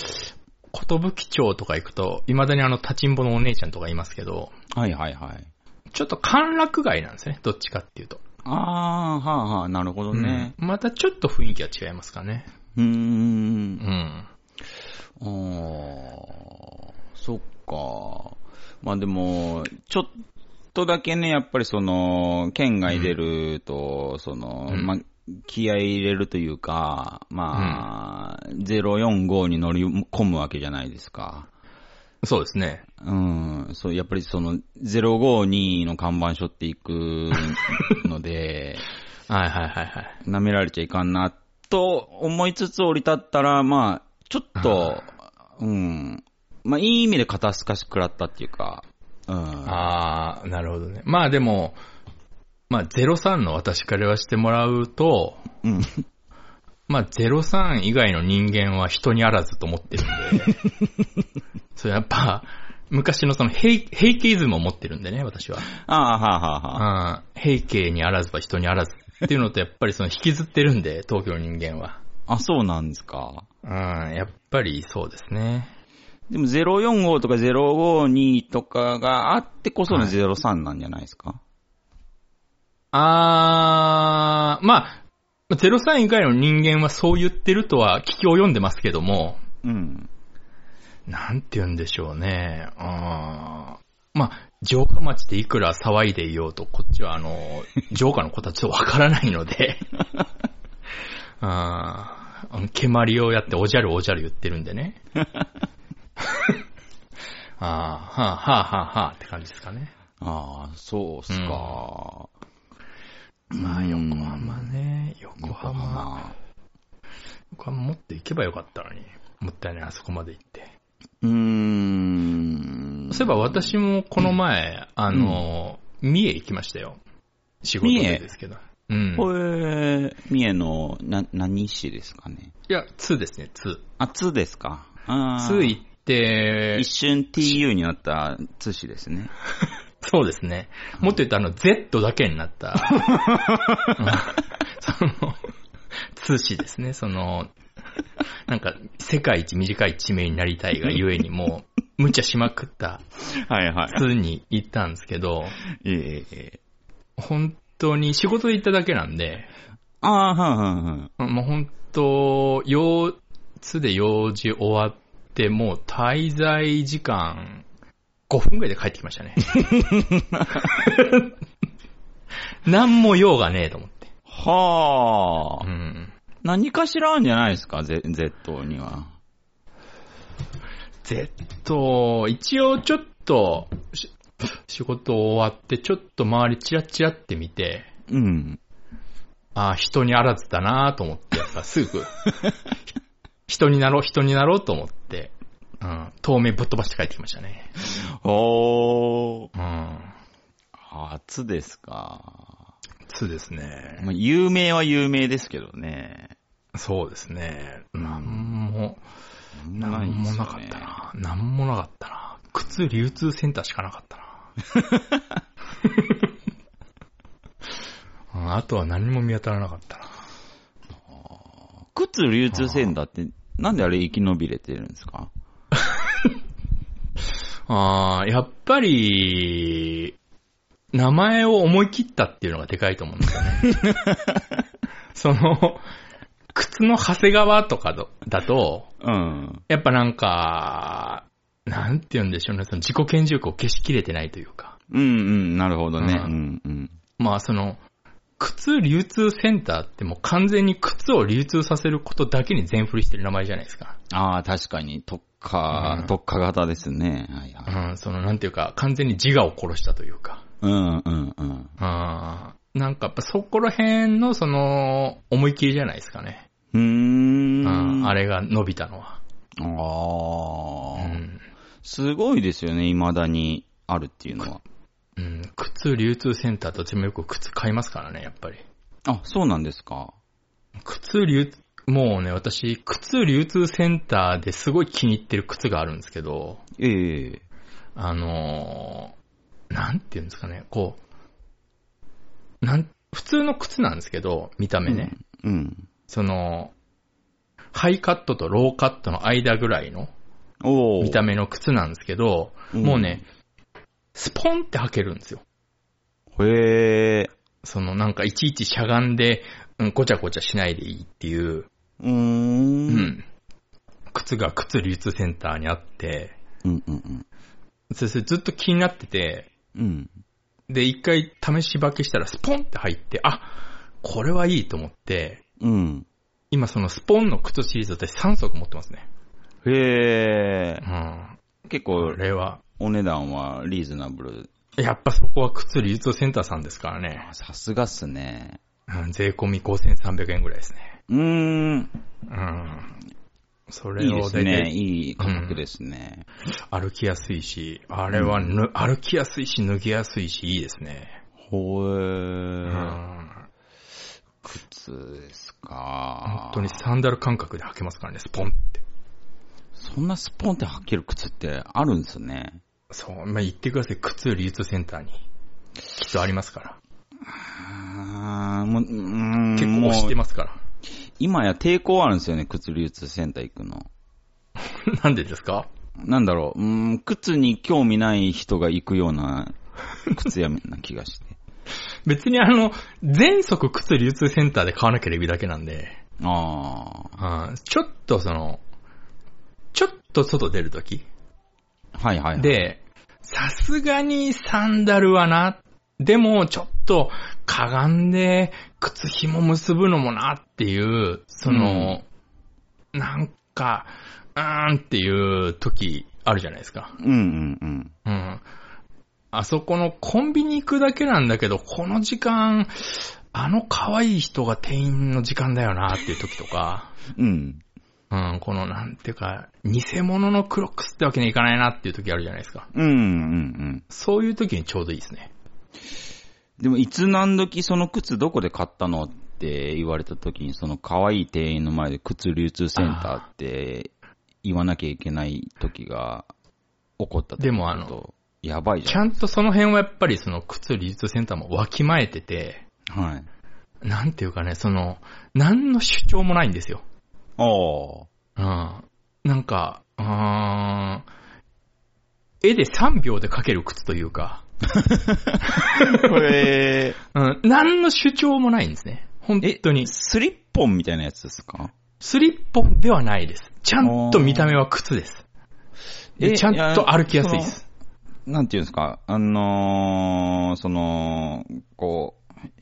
[SPEAKER 1] 寿町とか行くと、未だにあの、立ちんぼのお姉ちゃんとかいますけど、
[SPEAKER 2] はいはいはい。
[SPEAKER 1] ちょっと歓楽街なんですね。どっちかっていうと。
[SPEAKER 2] ああ、はあはあ、なるほどね。
[SPEAKER 1] うんまたちょっと雰囲気が違いますかね。
[SPEAKER 2] うー。
[SPEAKER 1] うんん。
[SPEAKER 2] ああ、そっか。まあでも、ちょっとだけね、やっぱりその、県外出ると、その、
[SPEAKER 1] うん
[SPEAKER 2] まあ、気合い入れるというか、まあ、045に乗り込むわけじゃないですか。
[SPEAKER 1] そうですね。
[SPEAKER 2] うん、そう、やっぱりその、052の看板背負っていく ので、
[SPEAKER 1] はいはいはいはい。
[SPEAKER 2] 舐められちゃいかんな、と思いつつ降り立ったら、まあ、ちょっと、うん、まあ、いい意味で肩透かし食らったっていうか、うん。
[SPEAKER 1] あー、なるほどね。まあでも、まあ03の私から言わせてもらうと、
[SPEAKER 2] うん、
[SPEAKER 1] まあ、03以外の人間は人にあらずと思ってるんで、それやっぱ、昔のその平、平家イズムを持ってるんでね、私は。
[SPEAKER 2] ああ、はあはあはあ。
[SPEAKER 1] うん。平家にあらずは人にあらずっていうのと、やっぱりその引きずってるんで、東京の人間は。
[SPEAKER 2] あ、そうなんですか。
[SPEAKER 1] うん、やっぱりそうですね。
[SPEAKER 2] でも045とか052とかがあってこその03なんじゃないですか。
[SPEAKER 1] あー、まあ、03以外の人間はそう言ってるとは聞き及んでますけども、
[SPEAKER 2] うん。
[SPEAKER 1] なんて言うんでしょうね。うん。まあ、城下町でいくら騒いでいようと、こっちはあ の、城下の子たちとわからないので、 うん。あの、蹴鞠をやっておじゃるおじゃる言ってるんで ね。ああ、はあ、はあ、はあ、はあって感じですかね。
[SPEAKER 2] ああ、そうっすか。
[SPEAKER 1] まあ、横浜ね、横
[SPEAKER 2] 横
[SPEAKER 1] 浜、
[SPEAKER 2] 浜。
[SPEAKER 1] 横浜持っていけばよかったのに。もったいない、あそこまで行って。
[SPEAKER 2] うーん。
[SPEAKER 1] そういえば私もこの前、あの、三重行きましたよ。仕事でですけど。うん。
[SPEAKER 2] これ、三重の、な、何市ですかね。
[SPEAKER 1] いや、2ですね、2。
[SPEAKER 2] あ、つですか。あー
[SPEAKER 1] 2行って
[SPEAKER 2] 一、瞬 TU になった津市ですね。
[SPEAKER 1] そうですね。もっと言うとあの、Z だけになった。 うんその、通詞ですね、その、なんか、世界一短い地名になりたいがゆえにもう、無茶しまくった
[SPEAKER 2] はいは
[SPEAKER 1] 通に行ったんですけど、
[SPEAKER 2] い。ええええ。
[SPEAKER 1] 本当に仕事で行っただけなんで、
[SPEAKER 2] ああ、はいはいはい。
[SPEAKER 1] うんもう本当、用、つで用事終わって、もう滞在時間5分ぐらいで帰ってきま したね。何も用がねえと思って。
[SPEAKER 2] はあ、
[SPEAKER 1] うん。
[SPEAKER 2] 何かしらあるんじゃないですか、Z, Z には。
[SPEAKER 1] Z、一応ちょっと、し仕事終わって、ちょっと周りチラチラって見て、
[SPEAKER 2] うん。
[SPEAKER 1] ああ、人にあらずだなと思って、やっぱす ぐ、人になろう、人になろうと思って、うん、透明ぶっ飛ばして帰ってきましたね。
[SPEAKER 2] お
[SPEAKER 1] う
[SPEAKER 2] ー。
[SPEAKER 1] ん。
[SPEAKER 2] 初ですか。
[SPEAKER 1] そうですね。
[SPEAKER 2] まあ、有名は有名ですけどね。
[SPEAKER 1] そうですね。なんも、なん
[SPEAKER 2] いです
[SPEAKER 1] も
[SPEAKER 2] よね
[SPEAKER 1] なかった。な。なんもなかったな。靴流通センターしかなかった な。うんあとは何も見当たらなかったな。
[SPEAKER 2] 靴流通センターって、なんであれ生き延びれてるんですか
[SPEAKER 1] ああ、やっぱり、名前を思い切ったっていうのがでかいと思うんですよ ね。その、靴の長谷川とかどだと、
[SPEAKER 2] うん。
[SPEAKER 1] やっぱなんか、なんて言うんでしょうね、その自己顕示欲を消しきれてないというか。
[SPEAKER 2] うんうん、なるほどね。う
[SPEAKER 1] うん
[SPEAKER 2] んうん。
[SPEAKER 1] まあその、靴流通センターってもう完全に靴を流通させることだけに全振りしてる名前じゃないですか。
[SPEAKER 2] ああ、確かに、特化、
[SPEAKER 1] うん
[SPEAKER 2] 特化型ですね。はいは
[SPEAKER 1] う
[SPEAKER 2] い。
[SPEAKER 1] ん、そのなんていうか、完全に自我を殺したというか。
[SPEAKER 2] うんうんうん。
[SPEAKER 1] うん。なんかやっぱそこら辺のその、思い切りじゃないですかね。
[SPEAKER 2] う
[SPEAKER 1] う
[SPEAKER 2] ー
[SPEAKER 1] ん、
[SPEAKER 2] ん。
[SPEAKER 1] あ
[SPEAKER 2] れ。
[SPEAKER 1] れが伸びたのは。
[SPEAKER 2] ああ
[SPEAKER 1] う、ん。
[SPEAKER 2] すごいですよね、未だにあるっていうのは。
[SPEAKER 1] うん、靴流通センターどっちもよく靴買いますからね、やっぱり。
[SPEAKER 2] あ、そうなんですか。
[SPEAKER 1] 靴流、もうね、私、靴流通センターですごい気に入ってる靴があるんですけど、
[SPEAKER 2] ええ
[SPEAKER 1] あのーなんていうんですかね、こう、なん、普通の靴なんですけど、見た目ね。
[SPEAKER 2] うん。
[SPEAKER 1] その、ハイカットとローカットの間ぐらいの
[SPEAKER 2] おお。
[SPEAKER 1] 見た目の靴なんですけど、
[SPEAKER 2] うん
[SPEAKER 1] もうね、スポンって履けるんですよ。
[SPEAKER 2] へえ。
[SPEAKER 1] そのなんかいちいちしゃがんで、うん、ごちゃごちゃしないでいいっていう、
[SPEAKER 2] うーん。
[SPEAKER 1] う。ん靴が靴流通センターにあって、
[SPEAKER 2] うんうんうん。
[SPEAKER 1] それそれずっと気になってて、
[SPEAKER 2] うん。
[SPEAKER 1] で、一回試し履きしたらスポンって入って、あ、これはいいと思って、
[SPEAKER 2] うん。
[SPEAKER 1] 今そのスポンの靴シリーズ私3足持ってますね。
[SPEAKER 2] へえ
[SPEAKER 1] う。ん。
[SPEAKER 2] 結
[SPEAKER 1] こ
[SPEAKER 2] 構、
[SPEAKER 1] れは、
[SPEAKER 2] お値段はリーズナブル。
[SPEAKER 1] やっぱそこは靴流通センターさんですからね。
[SPEAKER 2] さすがっすね。
[SPEAKER 1] うん、税込み5300円ぐらいですね。
[SPEAKER 2] うーん。
[SPEAKER 1] うん。そ
[SPEAKER 2] い
[SPEAKER 1] れ
[SPEAKER 2] いで
[SPEAKER 1] を
[SPEAKER 2] す
[SPEAKER 1] 大
[SPEAKER 2] ね。
[SPEAKER 1] 体
[SPEAKER 2] いい価格ですね。
[SPEAKER 1] 歩きやすいし、あれはぬ、歩きやすいし、脱ぎやすいし、いいですね。
[SPEAKER 2] ほ
[SPEAKER 1] う
[SPEAKER 2] えー。
[SPEAKER 1] ん。
[SPEAKER 2] 靴ですか
[SPEAKER 1] 本。当にサンダル感覚で履けますからね、スポンって。
[SPEAKER 2] そんなスポンって履ける靴ってあるんですね。
[SPEAKER 1] そう、まあ、言ってください、靴流通センターに。きっとありますから。
[SPEAKER 2] あーもう、うーん
[SPEAKER 1] 結構押して
[SPEAKER 2] も
[SPEAKER 1] ますから。
[SPEAKER 2] う今や抵抗あるんですよね、靴流通センター行くの。
[SPEAKER 1] なんでですか
[SPEAKER 2] なんだろう、うーん、靴に興味ない人が行くような靴屋な気がして。
[SPEAKER 1] 別にあの、全足靴流通センターで買わなければいいだけなんで、
[SPEAKER 2] あ
[SPEAKER 1] うんちょっとその、ちょっと外出るとき。
[SPEAKER 2] あ。はいはい、はい。、
[SPEAKER 1] で、さすがにサンダルはな、でもちょっとかがんで靴紐結ぶのもなっていう、その、なんか、うーんっていう時あるじゃないですか。
[SPEAKER 2] うんうんうん。
[SPEAKER 1] うん。あそこのコンビニ行くだけなんだけど、この時間、あの可愛い人が店員の時間だよなっていう時とか、
[SPEAKER 2] うん。
[SPEAKER 1] うん、このなんていうか、偽物のクロックスってわけにはいかないなっていう時あるじゃないですか。
[SPEAKER 2] うんうんうん。
[SPEAKER 1] そういう時にちょうどいいですね。
[SPEAKER 2] でも、いつ何時その靴どこで買ったのって言われた時に、その可愛い店員の前で靴流通センターって言わなきゃいけない時が起こった時
[SPEAKER 1] でもあ
[SPEAKER 2] の
[SPEAKER 1] の
[SPEAKER 2] こと、やばいじ
[SPEAKER 1] ち
[SPEAKER 2] ゃ
[SPEAKER 1] ゃ
[SPEAKER 2] ん。
[SPEAKER 1] んとその辺はやっぱりその靴流通センターもわきまえてて、
[SPEAKER 2] はい。
[SPEAKER 1] なんていうかね、その、何の主張もないんですよ。
[SPEAKER 2] ああ。
[SPEAKER 1] うん。なんか、うーん、絵で3秒で描ける靴というか、
[SPEAKER 2] これ、
[SPEAKER 1] うん、何の主張もないんですね。本当に。
[SPEAKER 2] スリッポンみたいなやつですか
[SPEAKER 1] スリッポンではないです。ちゃんと見た目は靴です。で
[SPEAKER 2] え
[SPEAKER 1] ちゃんと歩きやすいです。
[SPEAKER 2] なんていうんですかあのー、その、こ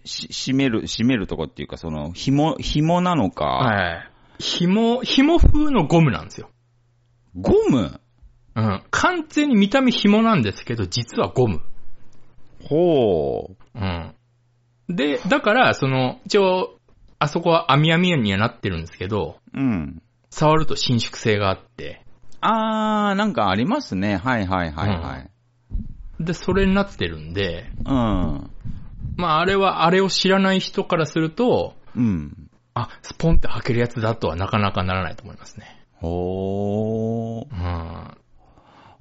[SPEAKER 2] う、し、締める、締めるとこっていうか、その、紐、紐なのか、
[SPEAKER 1] はい。紐、紐風のゴムなんですよ。
[SPEAKER 2] ゴム
[SPEAKER 1] うん。完全に見た目紐なんですけど、実はゴム。
[SPEAKER 2] ほう。
[SPEAKER 1] うん。で、だから、その、一応、あそこは網網にはなってるんですけど、
[SPEAKER 2] うん。
[SPEAKER 1] 触ると伸縮性があって、
[SPEAKER 2] あー、なんかありますね。はいはいはいはい。
[SPEAKER 1] で、それになってるんで、
[SPEAKER 2] うん。
[SPEAKER 1] まああれは、あれを知らない人からすると、
[SPEAKER 2] うん。
[SPEAKER 1] あ、スポンって履けるやつだとはなかなかならないと思いますね。
[SPEAKER 2] ほー。
[SPEAKER 1] うん。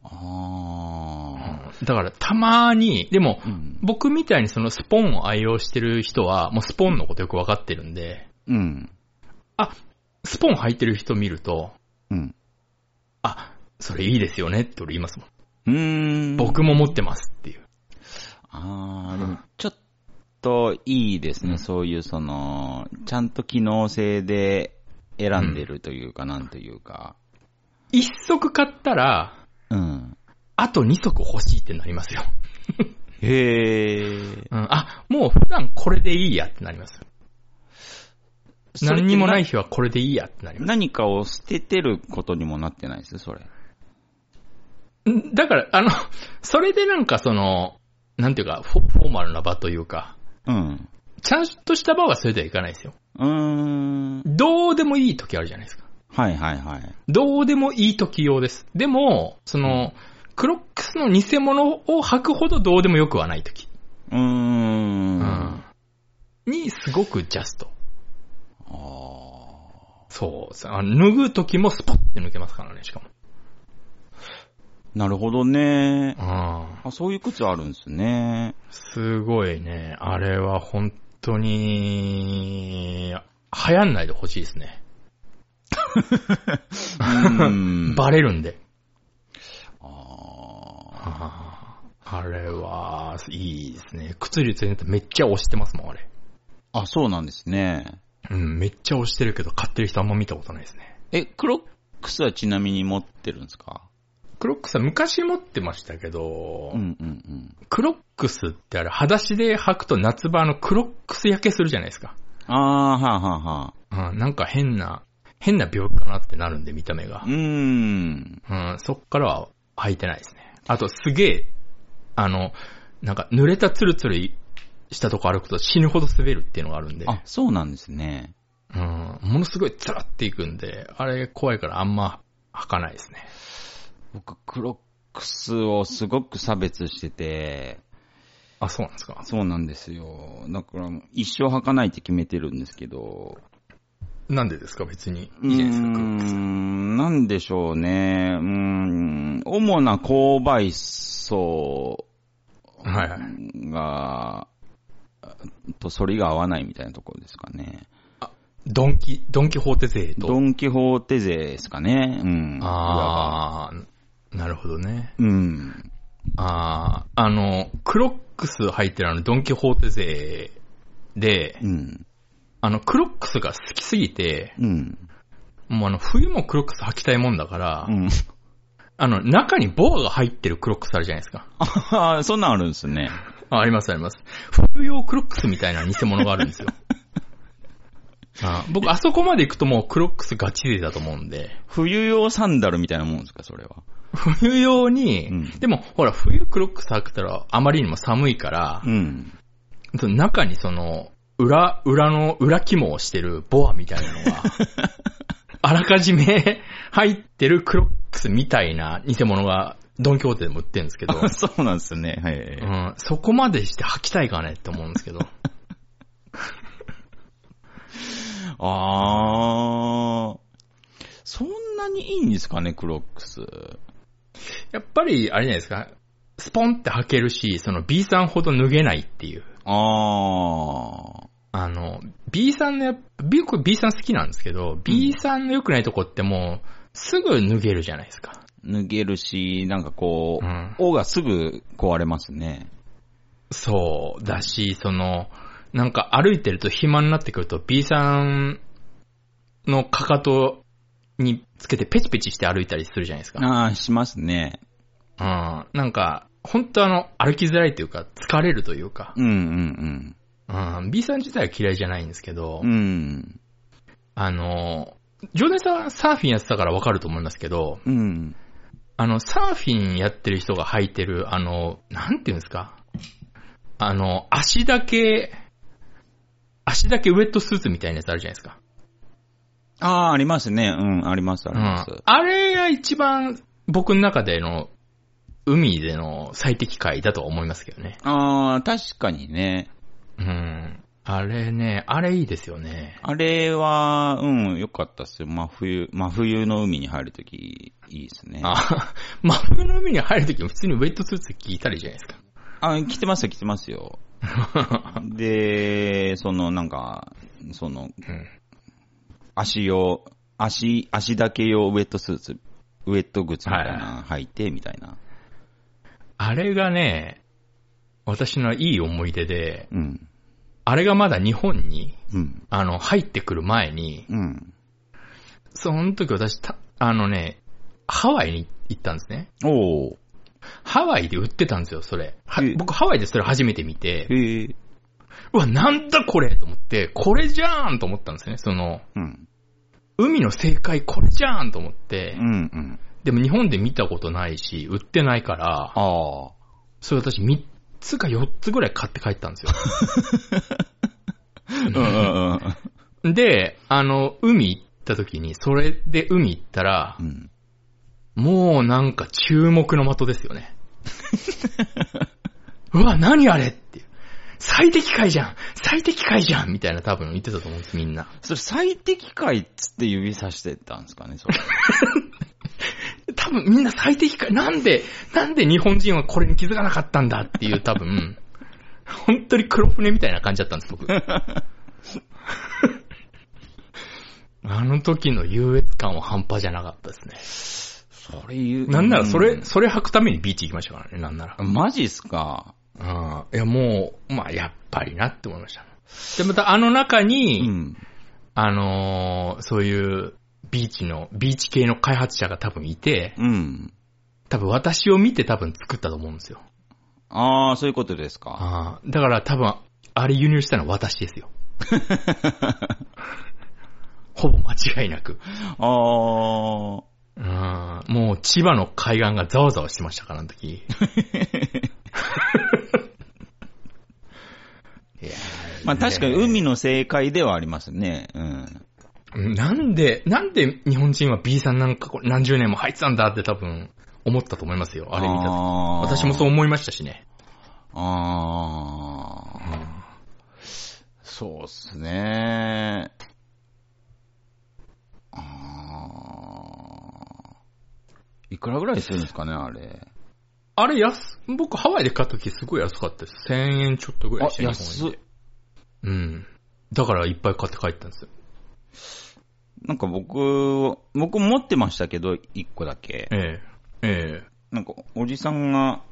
[SPEAKER 2] あ
[SPEAKER 1] だから、たまに、でも
[SPEAKER 2] ー。、うん。
[SPEAKER 1] 僕みたいにそのスポンを愛用してる人は、もうスポンのことよくわかってるんで、
[SPEAKER 2] うん。
[SPEAKER 1] あ、スポン履いてる人見ると、
[SPEAKER 2] うん。
[SPEAKER 1] あ、それいいですよねって俺言いますもん。
[SPEAKER 2] うーん。
[SPEAKER 1] 僕も持ってますっていう。
[SPEAKER 2] あー、でもちょっといいです
[SPEAKER 1] う
[SPEAKER 2] ね、
[SPEAKER 1] ん
[SPEAKER 2] そういうその、ちゃんと機能性で選んでるというか、なんというか。
[SPEAKER 1] 一足買ったら、
[SPEAKER 2] うん。
[SPEAKER 1] あと二足欲しいってなりますよ。
[SPEAKER 2] へー。
[SPEAKER 1] うん、あ、もう普段これでいいやってなります。何にもない
[SPEAKER 2] それって
[SPEAKER 1] 日はこれでいいやってなり
[SPEAKER 2] な。
[SPEAKER 1] ま
[SPEAKER 2] 何かを捨ててることにもなってないです、それ。
[SPEAKER 1] す。んだから、あの、それでなんかその、なんていうか、フォフォーマルな場というか、
[SPEAKER 2] うん。
[SPEAKER 1] ちゃんとした場はそれではいかないですよ。
[SPEAKER 2] うーん。
[SPEAKER 1] どうでもいい時あるじゃないですか。
[SPEAKER 2] はいはいはい。
[SPEAKER 1] どうでもいい時用です。でも、その、クロックスの偽物を履くほどどうでもよくはない時。
[SPEAKER 2] うーん。
[SPEAKER 1] うん。に、すごくジャスト。
[SPEAKER 2] あー
[SPEAKER 1] そう。あの脱ぐ時もスパッて抜けますからね、しかも。
[SPEAKER 2] なるほどね。
[SPEAKER 1] うん。
[SPEAKER 2] あ、そういう靴あるんですね。
[SPEAKER 1] すごいね。あれは本当に、流行んないでほしいですね。
[SPEAKER 2] うん。
[SPEAKER 1] バレるんで。
[SPEAKER 2] あー
[SPEAKER 1] あーあれは、いいですね。靴率によってめっちゃ押してますもん、あれ。
[SPEAKER 2] あ、そうなんですね。
[SPEAKER 1] うん、めっちゃ押してるけど、買ってる人あんま見たことないですね。
[SPEAKER 2] え、クロックスはちなみに持ってるんですか
[SPEAKER 1] クロックスは昔持ってましたけど、
[SPEAKER 2] うんうんうん。
[SPEAKER 1] クロックスってあれ、裸足で履くと夏場あのクロックス焼けするじゃないですか。
[SPEAKER 2] あー、はあ、はあは
[SPEAKER 1] うん、なんか変な、変な病気かなってなるんで、見た目が
[SPEAKER 2] あ、う。ーん。
[SPEAKER 1] うん、そっからは履いてないですね。あと、すげえ、あの、なんか濡れたツルツルしたとこ歩くと死ぬほど滑るっていうのがあるんで、
[SPEAKER 2] あ、そうなんですね。
[SPEAKER 1] うん、ものすごいつらっていくんで、あれ怖いからあんま履かないですね。
[SPEAKER 2] 僕、クロックスをすごく差別してて、
[SPEAKER 1] あ、そうなんですか。
[SPEAKER 2] そうなんですよ。だから、一生履かないって決めてるんですけど、
[SPEAKER 1] なんでですか、別に。
[SPEAKER 2] う
[SPEAKER 1] いいじゃないです
[SPEAKER 2] ー
[SPEAKER 1] か、クロックス。
[SPEAKER 2] ん、なんでしょうね。うーん、主な購買層
[SPEAKER 1] はいはい。
[SPEAKER 2] が、と、反りが合わないみたいなところですかね。
[SPEAKER 1] ドンキ、ドンキホーテ勢と。
[SPEAKER 2] ドンキホーテ勢ですかね。うん。
[SPEAKER 1] ああ、なるほどね。
[SPEAKER 2] いわばうん。
[SPEAKER 1] ああ、あの、クロックス履いてるあの、ドンキホーテ勢で、
[SPEAKER 2] うん。
[SPEAKER 1] あの、クロックスが好きすぎて、
[SPEAKER 2] うん。
[SPEAKER 1] もうあの、冬もクロックス履きたいもんだから、
[SPEAKER 2] うん。
[SPEAKER 1] あの、中にボアが入ってるクロックスあるじゃないですか。
[SPEAKER 2] ああ、そんなんあるんですね。
[SPEAKER 1] あ、ありますあります。冬用クロックスみたいな偽物があるんです よ。あ僕、あそこまで行くともうクロックスガチ勢だと思うんで、
[SPEAKER 2] 冬用サンダルみたいなもんですか、それは。
[SPEAKER 1] 冬用に、
[SPEAKER 2] うん
[SPEAKER 1] でも、ほら、冬クロックス履くたらあまりにも寒いから
[SPEAKER 2] う、ん。
[SPEAKER 1] 中にその、裏、裏の、裏肝をしてるボアみたいなの が、あらかじめ入ってるクロックスみたいな偽物が、ドンキョーテでも売ってるんですけど、
[SPEAKER 2] そうなんですね。は
[SPEAKER 1] うん、
[SPEAKER 2] い。
[SPEAKER 1] そこまでして履きたいかねって思うんです けど、
[SPEAKER 2] ああ。そんなにいいんですかね、クロックス。
[SPEAKER 1] やっぱり、あれじゃないですか、スポンって履けるし、その B さんほど脱げないっていう。
[SPEAKER 2] ああ。
[SPEAKER 1] あの、B さんのやっぱ、B 僕 B さん好きなんですけど、B さんの良くないとこってもう、すぐ脱げるじゃないですか。
[SPEAKER 2] 脱げるし、なんかこう、
[SPEAKER 1] うん
[SPEAKER 2] 尾がすぐ壊れますね。
[SPEAKER 1] そう、だし、その、なんか歩いてると暇になってくると B さんのかかとにつけてペチペチして歩いたりするじゃないですか。
[SPEAKER 2] ああ、しますね。
[SPEAKER 1] うん。なんか、本当あの、歩きづらいというか、疲れるというか、
[SPEAKER 2] うんうん
[SPEAKER 1] うん。B さん自体は嫌いじゃないんですけど、
[SPEAKER 2] うん。うん。
[SPEAKER 1] あの、ジョーダンさんはサーフィンやってたからわかると思いますけど、
[SPEAKER 2] うん。
[SPEAKER 1] あの、サーフィンやってる人が履いてる、あの、なんていうんですかあの、足だけ、足だけウェットスーツみたいなやつあるじゃないですか。
[SPEAKER 2] ああ、ありますね。うん、あります、あ
[SPEAKER 1] う
[SPEAKER 2] ります。
[SPEAKER 1] ん。あれが一番僕の中での、海での最適解だとは思いますけどね。
[SPEAKER 2] ああ、確かにね。
[SPEAKER 1] うん。あれね、あれいいですよね。
[SPEAKER 2] あれは、うん、良かったっすよ。真冬、真冬の海に入るとき、いいですね。
[SPEAKER 1] あ、 真冬の海に入るときも普通にウェットスーツ着たらいいじゃないですか。
[SPEAKER 2] あ、来てますよ、来てま すよ。で、その、なんか、その、
[SPEAKER 1] うん
[SPEAKER 2] 足用、足、足だけ用ウェットスーツ、ウェット靴みたいな、履いて、みたいな。
[SPEAKER 1] あれがね、私のいい思い出で、
[SPEAKER 2] うん。
[SPEAKER 1] あれがまだ日本に、
[SPEAKER 2] うん。
[SPEAKER 1] あの、入ってくる前に、
[SPEAKER 2] うん。
[SPEAKER 1] その時私た、あのね、ハワイに行ったんですね。
[SPEAKER 2] おー。
[SPEAKER 1] ハワイで売ってたんですよ、それ。は
[SPEAKER 2] え
[SPEAKER 1] 僕、ハワイでそれ初めて見て、
[SPEAKER 2] へえ。
[SPEAKER 1] うわ、なんだこれと思って、これじゃーんと思ったんですね。その、
[SPEAKER 2] うん。
[SPEAKER 1] 海の正解これじゃーんと思っ
[SPEAKER 2] う
[SPEAKER 1] て、
[SPEAKER 2] ん、うん。
[SPEAKER 1] でも日本で見たことないし、売ってないから、
[SPEAKER 2] ああ。
[SPEAKER 1] それ私3つか4つぐらい買って帰ったんですよ。
[SPEAKER 2] うん、うん、うん。
[SPEAKER 1] で、あの、海行った時に、それで海行ったら
[SPEAKER 2] う、ん。
[SPEAKER 1] もうなんか注目の的ですよね。 うわ、何あれっていう。最適解じゃん最適解じゃんみたいな多分言ってたと思うんです、みんな。
[SPEAKER 2] それ最適解っつって指さしてたんですかね、それ。
[SPEAKER 1] 多分みんな最適解、なんで、なんで日本人はこれに気づかなかったんだっていう多分、本当に黒船みたいな感じだったんです、僕。 あの時の優越感は半端じゃなかったですね。
[SPEAKER 2] それ言 う。
[SPEAKER 1] なんならそうれ、
[SPEAKER 2] ん
[SPEAKER 1] それ履くためにビーチ行きましたからね、なんなら。
[SPEAKER 2] マジっすか
[SPEAKER 1] うん。いや、もう、まあ、やっぱりなって思いました。で、またあの中
[SPEAKER 2] う
[SPEAKER 1] に、
[SPEAKER 2] ん。
[SPEAKER 1] あのーそういうビーチの、ビーチ系の開発者が多分いて、
[SPEAKER 2] うん。
[SPEAKER 1] 多分私を見て多分作ったと思うんですよ。
[SPEAKER 2] ああ、そういうことですか。
[SPEAKER 1] ああ、だから多分、あれ輸入したのは私です よ。ほぼ間違いなく。
[SPEAKER 2] ああ。
[SPEAKER 1] うん。もう千葉の海岸がざわざわしてましたから、あの 時。いやー
[SPEAKER 2] まあ確かに海の正解ではありますね。うん。
[SPEAKER 1] なんで、なんで日本人は B さんなんかこう何十年も入ってたんだって多分思ったと思いますよ。あれ見た時。私もそう
[SPEAKER 2] う。
[SPEAKER 1] 思いましたしね。
[SPEAKER 2] ああ。そうっすね。ああ。いくらぐらいするんですかね、あれ。
[SPEAKER 1] あれ安、僕ハワイで買った時すごい安かったです。1000円ちょっとぐらい
[SPEAKER 2] あ
[SPEAKER 1] し、て
[SPEAKER 2] 安っ。
[SPEAKER 1] うん。だからいっぱい買って帰ったんですよ。
[SPEAKER 2] なんか僕、僕持ってましたけど、一個だけ。
[SPEAKER 1] ええ。え
[SPEAKER 2] なんか、おじさんが、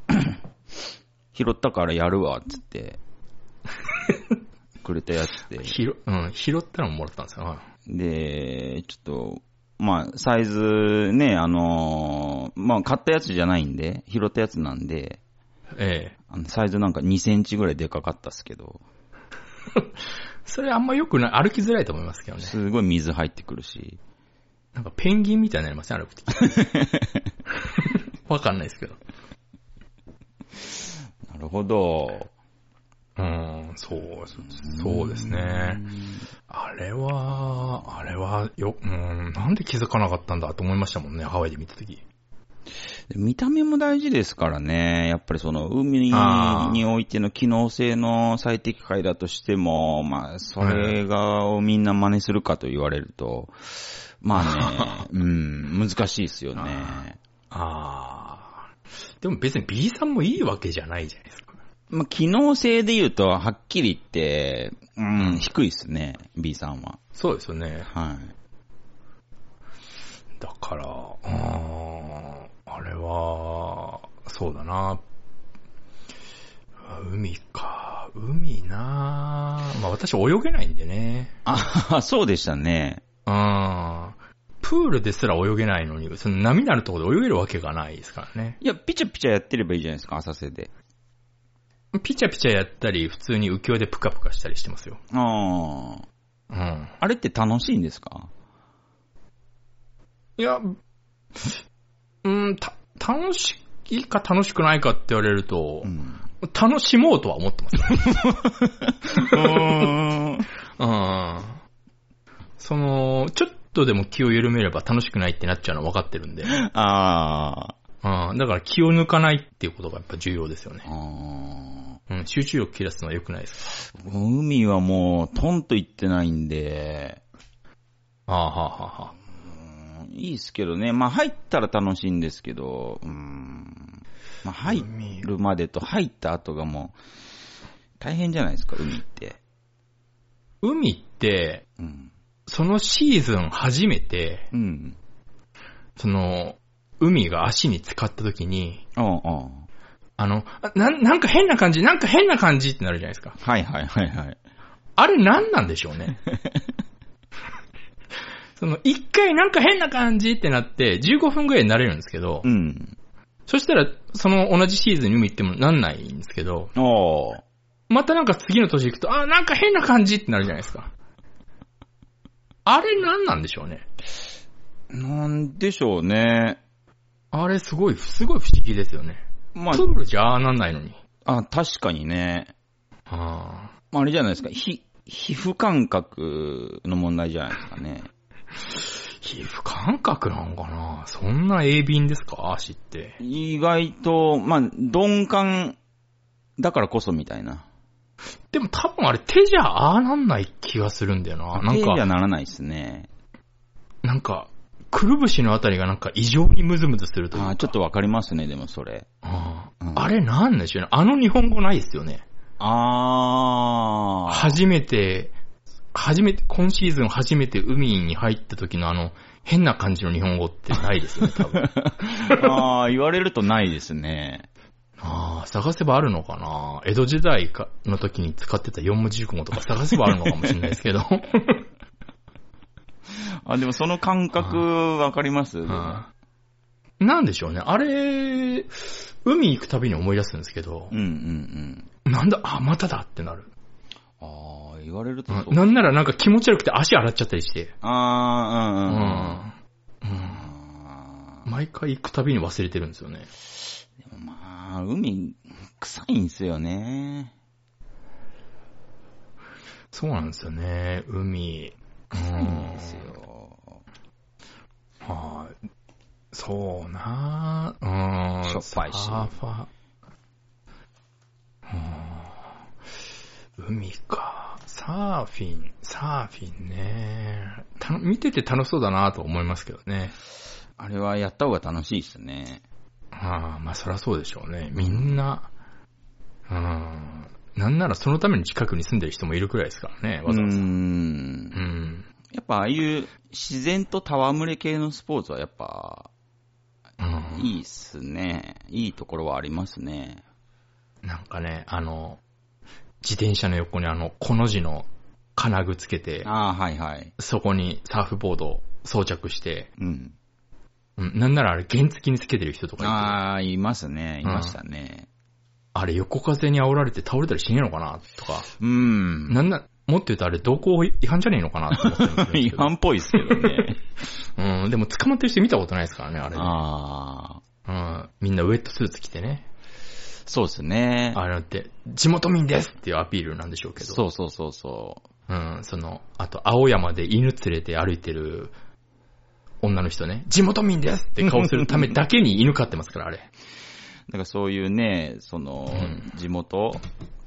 [SPEAKER 2] 拾ったからやるわ、つって、くれたやつで
[SPEAKER 1] え。。拾、うん、拾ったのももらったんですよ。
[SPEAKER 2] で、ちょっと、まあ、サイズね、あのーまあ、買ったやつじゃないんで、拾ったやつなんで、
[SPEAKER 1] ええ。
[SPEAKER 2] あのサイズなんか2センチぐらいでかかったっすけど、
[SPEAKER 1] それあんま良くない、歩きづらいと思いますけどね。
[SPEAKER 2] すごい水入ってくるし、
[SPEAKER 1] なんかペンギンみたいになりません、 歩くとき。わかんないですけど。
[SPEAKER 2] なるほど。
[SPEAKER 1] うん、そう、そうですね。あれは、あれは、よ、うん、なんで気づかなかったんだと思いましたもんね、ハワイで見たとき。
[SPEAKER 2] で見た目も大事ですからね。やっぱりその海
[SPEAKER 1] あー
[SPEAKER 2] においての機能性の最適解だとしても、まあ、それが、をみんな真似するかと言われると、まあね、うん、難しいですよね。
[SPEAKER 1] あー。でも別に B さんもいいわけじゃないじゃないですか。
[SPEAKER 2] まあ、機能性で言うと、はっきり言って、うん、低いですね、B さんは。
[SPEAKER 1] そうですよね。
[SPEAKER 2] はい。
[SPEAKER 1] だから、うん、あれは、そうだな。海か、海なまあ私泳げないんでね。
[SPEAKER 2] あ、 そうでしたね。
[SPEAKER 1] うん。プールですら泳げないのに、その波のあるところで泳げるわけがないですからね。
[SPEAKER 2] いや、ピチャピチャやってればいいじゃないですか、浅瀬で。
[SPEAKER 1] ピチャピチャやったり、普通に浮世でプカプカしたりしてますよ。
[SPEAKER 2] ああ。
[SPEAKER 1] うん。
[SPEAKER 2] あれって楽しいんですか
[SPEAKER 1] いや、うん、た、楽しいか楽しくないかって言われると、
[SPEAKER 2] うん。
[SPEAKER 1] 楽しもうとは思ってます。
[SPEAKER 2] うーん
[SPEAKER 1] うん。その、ちょっとでも気を緩めれば楽しくないってなっちゃうのは分かってるんで。うん。
[SPEAKER 2] あ
[SPEAKER 1] だから気を抜かないっていうことがやっぱ重要ですよ
[SPEAKER 2] ー
[SPEAKER 1] ね。
[SPEAKER 2] あ
[SPEAKER 1] うん。集中力切らすのは良くないです。
[SPEAKER 2] ー。海はもう、トンと行ってないんで、
[SPEAKER 1] ああ、はあ、はあ、はあ。
[SPEAKER 2] うんいいですけどね。まあ、入ったら楽しいんですけど、うん。まあ、入るまでと入った後がもう、大変じゃないですか、海って。
[SPEAKER 1] 海って、
[SPEAKER 2] うん。
[SPEAKER 1] そのシーズン初めて、
[SPEAKER 2] うん。
[SPEAKER 1] その、海が足に浸かった時に、
[SPEAKER 2] ああ、ああ。
[SPEAKER 1] あの、あなん、なんか変な感じ、なんか変な感じってなるじゃないですか。
[SPEAKER 2] はいはいはいはい。
[SPEAKER 1] あれ何なんでしょうね。その、一回なんか変な感じってなって、15分ぐらいになれるんですけど、
[SPEAKER 2] うん。
[SPEAKER 1] そしたら、その同じシーズンに海行ってもなんないんですけど、
[SPEAKER 2] ああ。
[SPEAKER 1] またなんか次の年行くと、あ、なんか変な感じってなるじゃないですか。あれ何なんでしょうね。
[SPEAKER 2] なんでしょうね。
[SPEAKER 1] あれすごい、すごい不思議ですよね。
[SPEAKER 2] ま
[SPEAKER 1] プールじゃああなんないのに。
[SPEAKER 2] あ、あ、確かにね。
[SPEAKER 1] あ
[SPEAKER 2] まあ、あれじゃないですか。ひ、皮膚感覚の問題じゃないですかね。
[SPEAKER 1] ー皮膚感覚なんかなそんな鋭敏ですか足って。
[SPEAKER 2] 意外と、まあ、鈍感だからこそみたいな。
[SPEAKER 1] でも多分あれ手じゃああなんない気がするんだよな。なん
[SPEAKER 2] 手じゃ
[SPEAKER 1] か、
[SPEAKER 2] ならないですね。
[SPEAKER 1] なんか、くるぶしのあたりがなんか異常にムズムズするというか。
[SPEAKER 2] あーちょっとわかりますね、でもそれ。
[SPEAKER 1] あー
[SPEAKER 2] うん
[SPEAKER 1] あれなんでしょうね。あの日本語ないですよね。
[SPEAKER 2] あー。
[SPEAKER 1] 初めて、初めて、今シーズン初めて海に入った時のあの、変な感じの日本語ってないですよね、多分。
[SPEAKER 2] あー言われるとないですね。
[SPEAKER 1] ああ、探せばあるのかな江戸時代かの時に使ってた四文字熟語とか探せばあるのかもしれないですけ ど。
[SPEAKER 2] あ、でもその感覚わかります
[SPEAKER 1] うんなんでしょうね。あれ、海行くたびに思い出すんですけど
[SPEAKER 2] うん、うんうん。
[SPEAKER 1] なんだ、あ、まただってなる。
[SPEAKER 2] ああ、言われるとそうう。
[SPEAKER 1] んなんならなんか気持ち悪くて足洗っちゃったりして。
[SPEAKER 2] あー、う
[SPEAKER 1] うん
[SPEAKER 2] うんう
[SPEAKER 1] ん。
[SPEAKER 2] ん。
[SPEAKER 1] うん。毎回行くたびに忘れてるんですよね。
[SPEAKER 2] まあ、海、臭いんすよね。
[SPEAKER 1] そうなんですよね。海。う
[SPEAKER 2] 臭いん
[SPEAKER 1] ん
[SPEAKER 2] で。すよ。
[SPEAKER 1] はい。そうなぁ。うん。
[SPEAKER 2] しょっぱいし
[SPEAKER 1] サーファー。うん。海か。サーフィン、サーフィンね。た見てて楽しそうだなと思いますけどね。
[SPEAKER 2] あれはやった方が楽しいっすね。
[SPEAKER 1] ああ、まあそりゃそうでしょうね。みんな、うん。なんならそのために近くに住んでる人もいるくらいですからね、
[SPEAKER 2] う
[SPEAKER 1] わざわざ。
[SPEAKER 2] ー。
[SPEAKER 1] うんん。
[SPEAKER 2] やっぱああいう自然と戯れ系のスポーツはやっぱ
[SPEAKER 1] うん
[SPEAKER 2] いいっすね。いいところはありますね。
[SPEAKER 1] なんかね、あの、自転車の横にあの、この字の金具つけて、
[SPEAKER 2] ああ、はいはい。
[SPEAKER 1] そこにサーフボードを装着して、
[SPEAKER 2] うん。
[SPEAKER 1] うん、なんならあれ原付きにつけてる人とかいて、あ
[SPEAKER 2] ああ、いますね。いましたね。
[SPEAKER 1] れ横風に煽られて倒れたりしねえのかなとか、
[SPEAKER 2] うん。
[SPEAKER 1] なんな、もっと言うとあれ同行違反じゃねえのかなって思ってるんですけど
[SPEAKER 2] 違反っぽいっすけどね。
[SPEAKER 1] うん、でも捕まってる人見たことないですからね、あれね。
[SPEAKER 2] ああ、
[SPEAKER 1] うん、みんなウェットスーツ着てね、
[SPEAKER 2] そうっすね。
[SPEAKER 1] あれって、地元民ですっていうアピールなんでしょうけど。
[SPEAKER 2] そうそうそうそ
[SPEAKER 1] う
[SPEAKER 2] う。
[SPEAKER 1] ん、その、あと、青山で犬連れて歩いてる女の人ね、地元民ですって顔するためだけに犬飼ってますから、あ れ。
[SPEAKER 2] だからそういうね、その、
[SPEAKER 1] うん
[SPEAKER 2] 地元、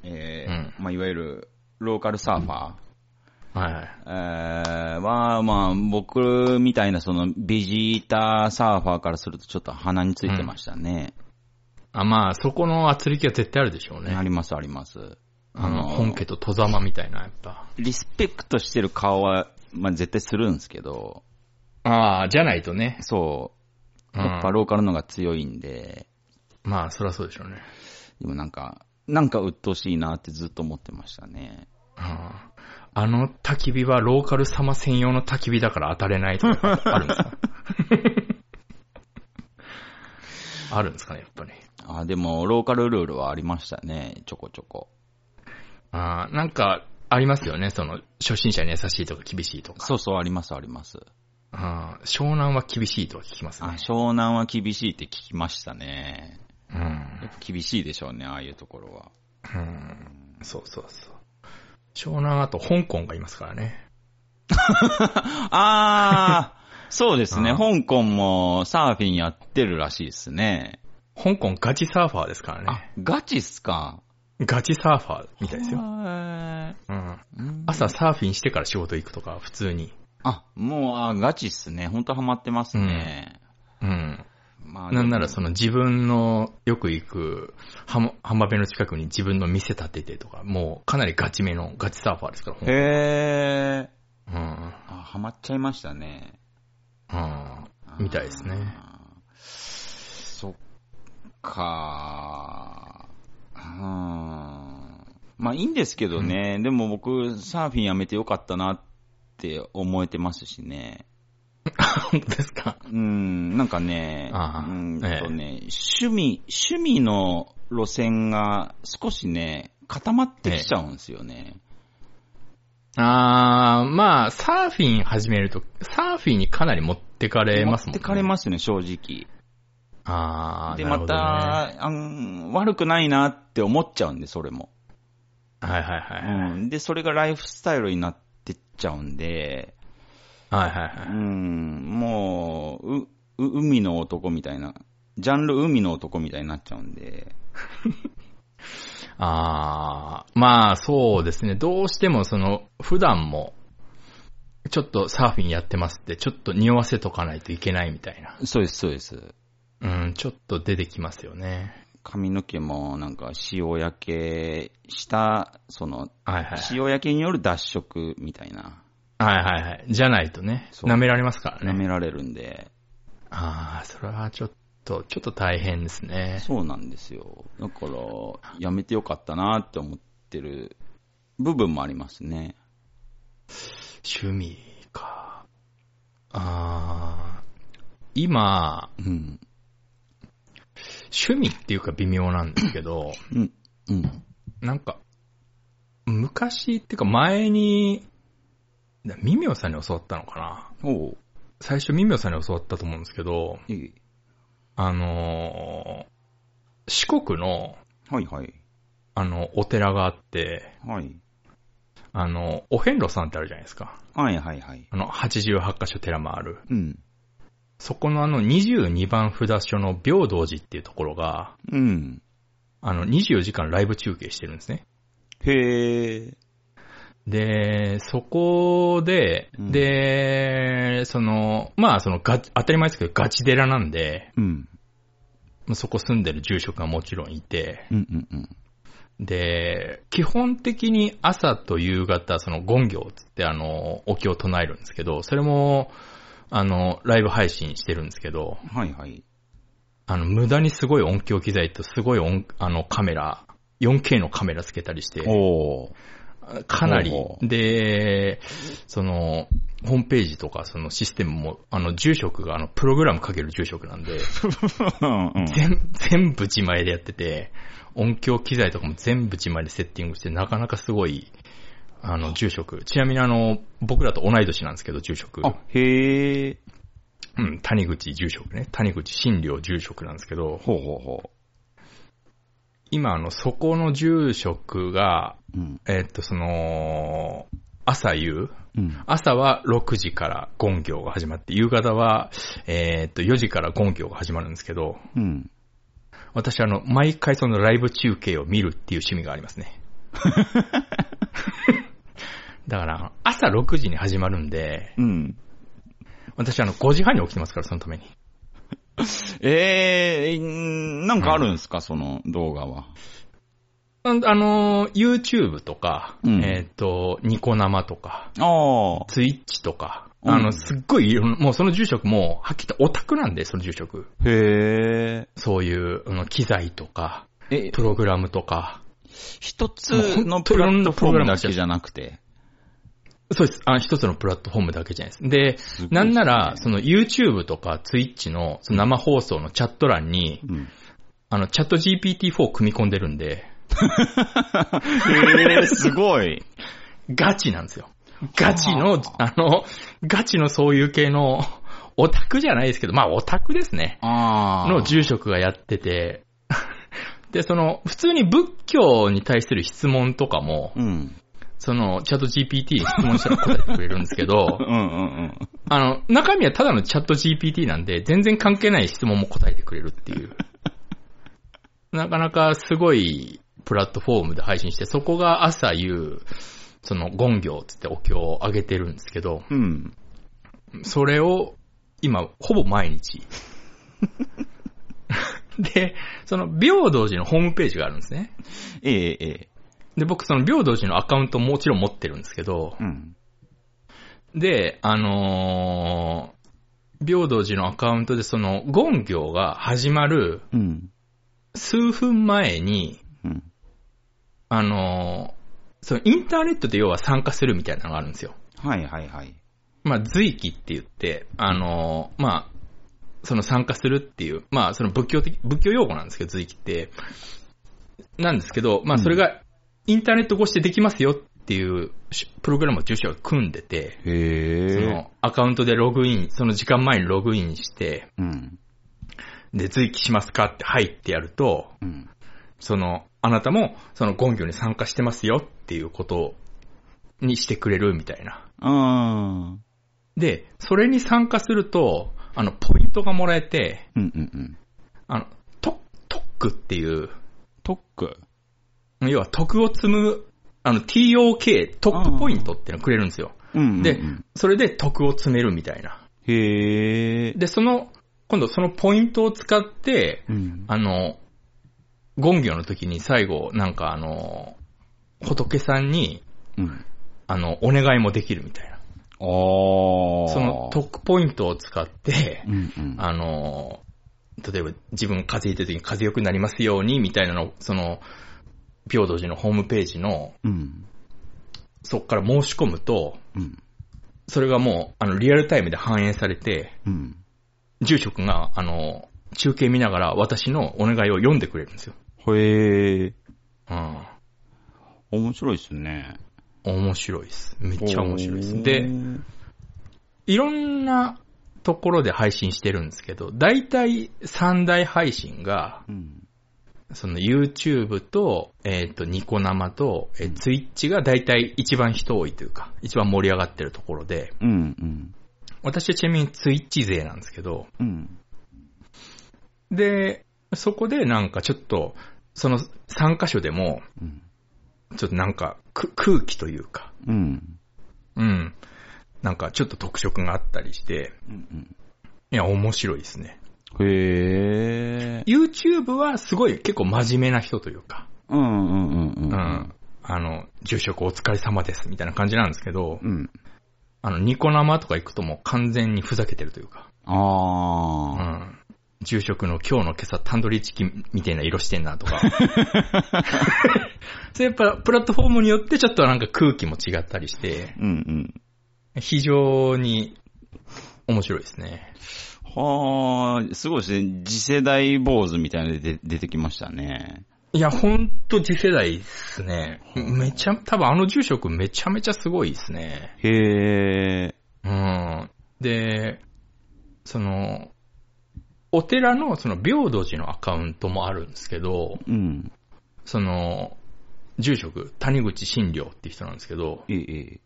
[SPEAKER 2] えーまあ、いわゆるローカルサーファー、
[SPEAKER 1] はいはい。
[SPEAKER 2] えーは、まあ、僕みたいなそのビジーターサーファーからするとちょっと鼻についてましたね。
[SPEAKER 1] あ、まあ、そこの圧力は絶対あるでしょう
[SPEAKER 2] あ
[SPEAKER 1] ね。
[SPEAKER 2] りますあります。
[SPEAKER 1] あ
[SPEAKER 2] あ
[SPEAKER 1] の、
[SPEAKER 2] の
[SPEAKER 1] 本家と戸ざまみたいな、やっぱ。
[SPEAKER 2] リスペクトしてる顔は、まあ絶対するんですけど、
[SPEAKER 1] ああ、じゃないとね。
[SPEAKER 2] そう、
[SPEAKER 1] うん
[SPEAKER 2] やっぱローカルのが強いんで、
[SPEAKER 1] まあ、そりゃそうでしょうね。
[SPEAKER 2] でもなんか、なんか鬱陶しいなってずっと思ってましたね。
[SPEAKER 1] うんあの焚き火はローカル様専用の焚き火だから当たれないとかあるんですか あるんですかね、やっぱり。
[SPEAKER 2] あ、でも、ローカルルールはありましたね、ちょこちょこ。
[SPEAKER 1] あーなんか、ありますよね。その、初心者に優しいとか厳しいとか。
[SPEAKER 2] そうそう、あります、あります。
[SPEAKER 1] あー湘南は厳しいとは聞きます
[SPEAKER 2] あ
[SPEAKER 1] ね。
[SPEAKER 2] 湘南は厳しいって聞きましたね。
[SPEAKER 1] うん
[SPEAKER 2] やっぱ厳しいでしょうね、ああいうところは。
[SPEAKER 1] うん。そうそうそう。湘南あと香港がいますからね。
[SPEAKER 2] ああ、 そうですね。
[SPEAKER 1] うん
[SPEAKER 2] 香港もサーフィンやってるらしいですね。
[SPEAKER 1] 香港ガチサーファーですから
[SPEAKER 2] あ
[SPEAKER 1] ね。、
[SPEAKER 2] ガチっすか。
[SPEAKER 1] ガチサーファーみたいです
[SPEAKER 2] へ
[SPEAKER 1] よ。
[SPEAKER 2] ー
[SPEAKER 1] うん。
[SPEAKER 2] うん
[SPEAKER 1] 朝サーフィンしてから仕事行くとか、普通に。
[SPEAKER 2] あ、もう、あガチっすね。ほんとハマってますね。
[SPEAKER 1] うん。
[SPEAKER 2] まあ、
[SPEAKER 1] なんなら
[SPEAKER 2] で
[SPEAKER 1] その自分のよく行く浜浜辺の近くに自分の店建ててとか、もうかなりガチめのガチサーファーですから、ほ
[SPEAKER 2] も
[SPEAKER 1] ん
[SPEAKER 2] へえ。
[SPEAKER 1] うん。
[SPEAKER 2] あ、ハマっちゃいましたね。
[SPEAKER 1] うん。みたいですね。
[SPEAKER 2] あー。そっかー。うーん。まあいいんですけどね。でも僕、サーフィンやめてよかったなって思えてますしね。
[SPEAKER 1] 本当ですか
[SPEAKER 2] うん、なんかね、う
[SPEAKER 1] あー
[SPEAKER 2] んとね、趣味、趣味の路線が少しね、固まってきちゃうんですよね。
[SPEAKER 1] あー、まあ、サーフィン始めると、サーフィンにかなり持ってかれますもん
[SPEAKER 2] 持っ
[SPEAKER 1] ね。
[SPEAKER 2] てかれますね、正直。
[SPEAKER 1] あー、
[SPEAKER 2] で、
[SPEAKER 1] なる
[SPEAKER 2] ま
[SPEAKER 1] ほどね
[SPEAKER 2] た、あん悪くないなって思っちゃうんで、それも。
[SPEAKER 1] はいはいはい。
[SPEAKER 2] うん。で、それがライフスタイルになってっちゃうんで、
[SPEAKER 1] はいは
[SPEAKER 2] う
[SPEAKER 1] いはい。
[SPEAKER 2] ん、もう、う、う海の男みたいな、ジャンル海の男みたいになっちゃうんで、
[SPEAKER 1] あー、まあそうですね。どうしてもその、普段も、ちょっとサーフィンやってますって、ちょっと匂わせとかないといけないみたいな。
[SPEAKER 2] そうです、そうです。
[SPEAKER 1] うん、ちょっと出てきますよね。
[SPEAKER 2] 髪の毛もなんか塩焼けした、その、
[SPEAKER 1] はいはい。
[SPEAKER 2] 塩焼けによる脱色みたいな、
[SPEAKER 1] はいはいはい。じゃないとね、
[SPEAKER 2] そう
[SPEAKER 1] 舐められますから
[SPEAKER 2] 舐
[SPEAKER 1] ね。
[SPEAKER 2] められるんで、
[SPEAKER 1] あー、それはちょっと、ちょっと大変ですね。
[SPEAKER 2] そうなんですよ。だから、やめてよかったなって思ってる部分もありますね。
[SPEAKER 1] 趣味か。あー、今、
[SPEAKER 2] うん。
[SPEAKER 1] 趣味っていうか微妙なんですけど、
[SPEAKER 2] うん。うん。
[SPEAKER 1] なんか、昔っていうか前に、ミミオさんに教わったのかな
[SPEAKER 2] おう。
[SPEAKER 1] 最初ミミオさんに教わったと思うんですけど、
[SPEAKER 2] いい。
[SPEAKER 1] あのー四国の、
[SPEAKER 2] はいはい。
[SPEAKER 1] あの、お寺があって、
[SPEAKER 2] はい。
[SPEAKER 1] あの、お遍路さんってあるじゃないですか。
[SPEAKER 2] はいはいはい。
[SPEAKER 1] あの、88箇所寺もある。
[SPEAKER 2] うん。
[SPEAKER 1] そこのあの、22番札所の平等寺っていうところが、
[SPEAKER 2] うん。
[SPEAKER 1] あの、24時間ライブ中継してるんですね。
[SPEAKER 2] へえ。
[SPEAKER 1] で、そこで、
[SPEAKER 2] うん
[SPEAKER 1] で、その、まあ、そのガチ、当たり前ですけど、ガチ寺なんで、
[SPEAKER 2] うん。
[SPEAKER 1] まあそこ住んでる住職がもちろんいて、
[SPEAKER 2] うんうんうん。
[SPEAKER 1] で、基本的に朝と夕方、その、権行つって、あの、お経を唱えるんですけど、それも、あの、ライブ配信してるんですけど、
[SPEAKER 2] はいはい。
[SPEAKER 1] あの、無駄にすごい音響機材と、すごい音、あの、カメラ、4K のカメラつけたりして、
[SPEAKER 2] おお。
[SPEAKER 1] かなり
[SPEAKER 2] ほうほ、う
[SPEAKER 1] で、その、ホームページとか、そのシステムも、あの、住職が、あの、プログラムかける住職なん で、
[SPEAKER 2] うん
[SPEAKER 1] 全、全部自前でやってて、音響機材とかも全部自前でセッティングして、なかなかすごい、あの、住職。ちなみにあの、僕らと同い年なんですけど、住職。
[SPEAKER 2] あ、へえ。
[SPEAKER 1] うん、谷口住職ね。谷口新良住職なんですけど、
[SPEAKER 2] ほうほうほ
[SPEAKER 1] 今あの、そこの住職が、
[SPEAKER 2] う。うん。
[SPEAKER 1] えっと、その、朝夕、
[SPEAKER 2] うん。
[SPEAKER 1] 朝は6時からゴ行が始まって、夕方は、えーっと、4時からゴ行が始まるんですけど、
[SPEAKER 2] うん。
[SPEAKER 1] 私あの、毎回そのライブ中継を見るっていう趣味があります ね。だから、朝6時に始まるんで、
[SPEAKER 2] うん。
[SPEAKER 1] 私あの、5時半に起きてますから、そのために。
[SPEAKER 2] ええー、なんかあるんですか、その動画は。
[SPEAKER 1] うんあのー、YouTube とか、
[SPEAKER 2] うん
[SPEAKER 1] えーっと、ニコ生とか、
[SPEAKER 2] ああ。
[SPEAKER 1] Twitch とか、
[SPEAKER 2] うん
[SPEAKER 1] あの、すっごいいろんな、もうその住職も、はっきり言ってオタクなんで、その住職。
[SPEAKER 2] へえ。
[SPEAKER 1] そういう、あの、機材とか、
[SPEAKER 2] え、
[SPEAKER 1] プログラムとか、
[SPEAKER 2] 一つのプラットフォームだけじゃなくて。
[SPEAKER 1] そうです。あ一つのプラットフォームだけじゃないです。で、なんなら、その YouTube とか Twitch のその生放送のチャット欄に、
[SPEAKER 2] うん。
[SPEAKER 1] あの、チャット GPT-4 組み込んでるんで、
[SPEAKER 2] へえ、すごい。
[SPEAKER 1] ガチなんですよ。ガチの、あの、ガチのそういう系の、オタクじゃないですけど、まあオタクですね。
[SPEAKER 2] ああ。
[SPEAKER 1] の住職がやってて、 で、その、普通に仏教に対する質問とかも、
[SPEAKER 2] うん。
[SPEAKER 1] その、チャット GPT に質問したら答えてくれるんですけど
[SPEAKER 2] う、んうん
[SPEAKER 1] あの、中身はただのチャット GPT なんで、全然関係ない質問も答えてくれるっていう。なかなかすごいプラットフォームで配信して、そこが朝夕、その、ゴ行つってお経をあげてるんですけど、
[SPEAKER 2] うん。うん。
[SPEAKER 1] それを、今、ほぼ毎日。で、その、平等寺のホームページがあるんですね。
[SPEAKER 2] ええええ。
[SPEAKER 1] で、僕、その、平等寺のアカウントもちろん持ってるんですけど、
[SPEAKER 2] うん。
[SPEAKER 1] で、あのー平等寺のアカウントで、その、ゴン行が始まる
[SPEAKER 2] うん。
[SPEAKER 1] 数分前に、
[SPEAKER 2] うん。
[SPEAKER 1] あのーその、インターネットで要は参加するみたいなのがあるんですよ。
[SPEAKER 2] はいはいはい。
[SPEAKER 1] まあ、随記って言って、あのーまあ、その参加するっていう、まあ、その仏教的、仏教用語なんですけど、随記って。なんですけど、まあ、それがインターネット越しでできますよっていうしプログラムを住所が組んでて、そ
[SPEAKER 2] へえ。
[SPEAKER 1] のアカウントでログイン、その時間前にログインして、
[SPEAKER 2] うん。
[SPEAKER 1] で、随記しますかって入ってやると、
[SPEAKER 2] うん。
[SPEAKER 1] その、あなたも、その、ゴンギョに参加してますよっていうことにしてくれるみたいな。
[SPEAKER 2] ああ。
[SPEAKER 1] で、それに参加すると、あの、ポイントがもらえて、
[SPEAKER 2] うんうんうん。
[SPEAKER 1] あの、トトックっていう、
[SPEAKER 2] トック。
[SPEAKER 1] 要は徳を積む、あの、TOK、トップポイントっていうのくれるんですよ。
[SPEAKER 2] うんうんうん。
[SPEAKER 1] で、それで徳を積めるみたいな。
[SPEAKER 2] へえ。
[SPEAKER 1] で、その、今度そのポイントを使って、
[SPEAKER 2] うん。
[SPEAKER 1] あの、ゴンギョの時に最後、なんかあの、仏さんに、
[SPEAKER 2] うん。
[SPEAKER 1] あの、お願いもできるみたいな。
[SPEAKER 2] あー
[SPEAKER 1] そのトックポイントを使って
[SPEAKER 2] う、んうん。
[SPEAKER 1] あの、例えば自分風邪ひいた時に風邪良くなりますように、みたいなのを、その、平等寺のホームページの、
[SPEAKER 2] うん。
[SPEAKER 1] そこから申し込むと、
[SPEAKER 2] うん。
[SPEAKER 1] それがもう、あの、リアルタイムで反映されて、
[SPEAKER 2] うん。
[SPEAKER 1] 住職が、あの、中継見ながら私のお願いを読んでくれるんですよ。
[SPEAKER 2] へえ。
[SPEAKER 1] うん。
[SPEAKER 2] 面白いっすね。
[SPEAKER 1] 面白いです。めっ
[SPEAKER 2] め
[SPEAKER 1] ちゃ面白いです。で、いろんなところで配信してるんですけど、大体三大配信が、
[SPEAKER 2] うん。
[SPEAKER 1] その YouTube と、えっ、と、ニコ生と、えー、Twitch が大体一番人多いというか、一番盛り上がってるところで、
[SPEAKER 2] うんうん。
[SPEAKER 1] 私はちなみに Twitch 勢なんですけど、
[SPEAKER 2] うん。
[SPEAKER 1] で、そこでなんかちょっと、その3箇所でも、
[SPEAKER 2] うん。
[SPEAKER 1] ちょっとなんかく空気というか、
[SPEAKER 2] うん。
[SPEAKER 1] うん。なんかちょっと特色があったりして、
[SPEAKER 2] うん。
[SPEAKER 1] いや、面白いですね。
[SPEAKER 2] へえ。
[SPEAKER 1] YouTube はすごい結構真面目な人というか、
[SPEAKER 2] うんうんうんう
[SPEAKER 1] う
[SPEAKER 2] ん。
[SPEAKER 1] ん。あの、住職お疲れ様ですみたいな感じなんですけど、
[SPEAKER 2] うん。
[SPEAKER 1] あの、ニコ生とか行くともう完全にふざけてるというか、う
[SPEAKER 2] ああ。
[SPEAKER 1] ん。住職の今日の今朝タンドリーチキンみたいな色してんなと か。それやっぱプラットフォームによってちょっとなんか空気も違ったりして、
[SPEAKER 2] うんうん。
[SPEAKER 1] 非常に面白いですね。
[SPEAKER 2] はあ、すごいですね。次世代坊主みたいなので出出てきましたね。
[SPEAKER 1] いや、ほんと次世代ですね。めちゃ、多分あの住職めちゃめちゃすごいですね。
[SPEAKER 2] へえ。
[SPEAKER 1] うん。で、その、お寺のその平等寺のアカウントもあるんですけど、
[SPEAKER 2] うん。
[SPEAKER 1] その、住職、谷口新良って人なんですけど、
[SPEAKER 2] ええ。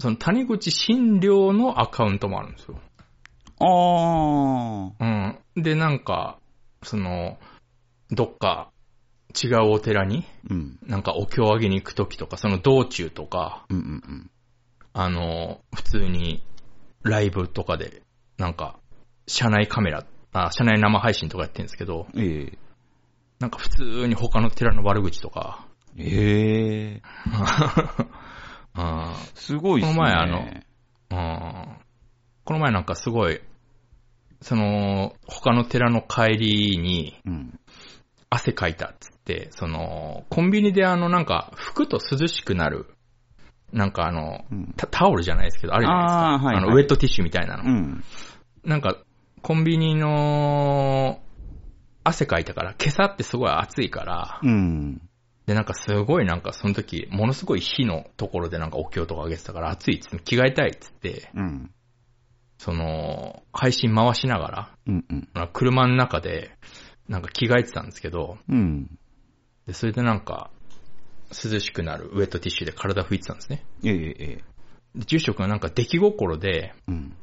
[SPEAKER 1] その谷口新良のアカウントもあるんですよ。
[SPEAKER 2] ああ。
[SPEAKER 1] うん。で、なんか、その、どっか違うお寺に、
[SPEAKER 2] うん。
[SPEAKER 1] なんかお経をあげに行くときとか、その道中とか、
[SPEAKER 2] うんうんうん。
[SPEAKER 1] あの、普通にライブとかで、なんか、社内カメラ、あ、社内生配信とかやってるんですけど、
[SPEAKER 2] ええ。
[SPEAKER 1] なんか普通に他の寺の悪口とか、
[SPEAKER 2] ええ。
[SPEAKER 1] うん
[SPEAKER 2] すごいっすね。
[SPEAKER 1] この前あのうんこの前なんかすごい、その、他の寺の帰りに
[SPEAKER 2] うん。
[SPEAKER 1] 汗かいたっつって、その、コンビニであのなんか服と涼しくなる、なんかあの、
[SPEAKER 2] うん。
[SPEAKER 1] タタオルじゃないですけど、あるじゃないですか。
[SPEAKER 2] あーはいはい
[SPEAKER 1] の、ウェットティッシュみたいな
[SPEAKER 2] う
[SPEAKER 1] の。
[SPEAKER 2] ん。
[SPEAKER 1] なんか、コンビニの、汗かいたから、今朝ってすごい暑いから、
[SPEAKER 2] うん。
[SPEAKER 1] で、なんかすごいなんかその時、ものすごい火のところでなんかお経とかあげてたから、暑いっつって、着替えたいっつって、
[SPEAKER 2] うん。
[SPEAKER 1] その、配信回しながら、
[SPEAKER 2] うんうん。
[SPEAKER 1] まあ車の中で、なんか着替えてたんですけど、
[SPEAKER 2] うん。
[SPEAKER 1] で、それでなんか、涼しくなるウェットティッシュで体拭いてたんですね。
[SPEAKER 2] ええええ。
[SPEAKER 1] で住職がなんか出来心で、
[SPEAKER 2] うん。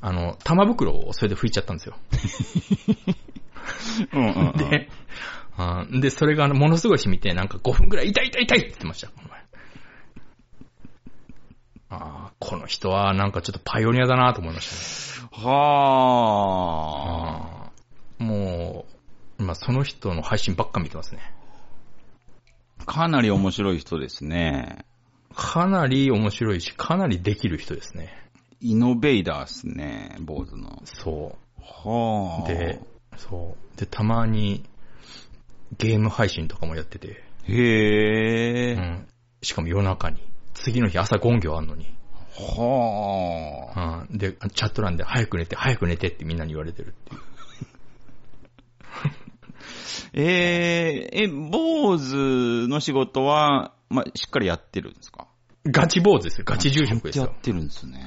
[SPEAKER 1] あの、玉袋をそれで拭いちゃったんですよ。
[SPEAKER 2] うんうんうん。
[SPEAKER 1] で、あーで、それがあのものすごい染みて、なんか5分くらい痛い痛い痛いって言ってました、この前。あーこの人はなんかちょっとパイオニアだなと思いましたね。
[SPEAKER 2] はあ。
[SPEAKER 1] あーもう、今その人の配信ばっか見てますね。
[SPEAKER 2] かなり面白い人ですね。
[SPEAKER 1] かなり面白いし、かなりできる人ですね。
[SPEAKER 2] イノベイダーっすね、坊主の。
[SPEAKER 1] そう。
[SPEAKER 2] はあ。
[SPEAKER 1] で、そう。で、たまにゲーム配信とかもやってて、
[SPEAKER 2] へえ、
[SPEAKER 1] うん。しかも夜中に。次の日朝ゴンギョあんのに。
[SPEAKER 2] はあ。
[SPEAKER 1] うん。で、チャット欄で早く寝て、早く寝てってみんなに言われてるっていう。
[SPEAKER 2] えー、え、坊主の仕事は、まあ、しっかりやってるんですか
[SPEAKER 1] ガチ坊主ですよ。ガチ住職です
[SPEAKER 2] や
[SPEAKER 1] よ
[SPEAKER 2] っ。てるんですね。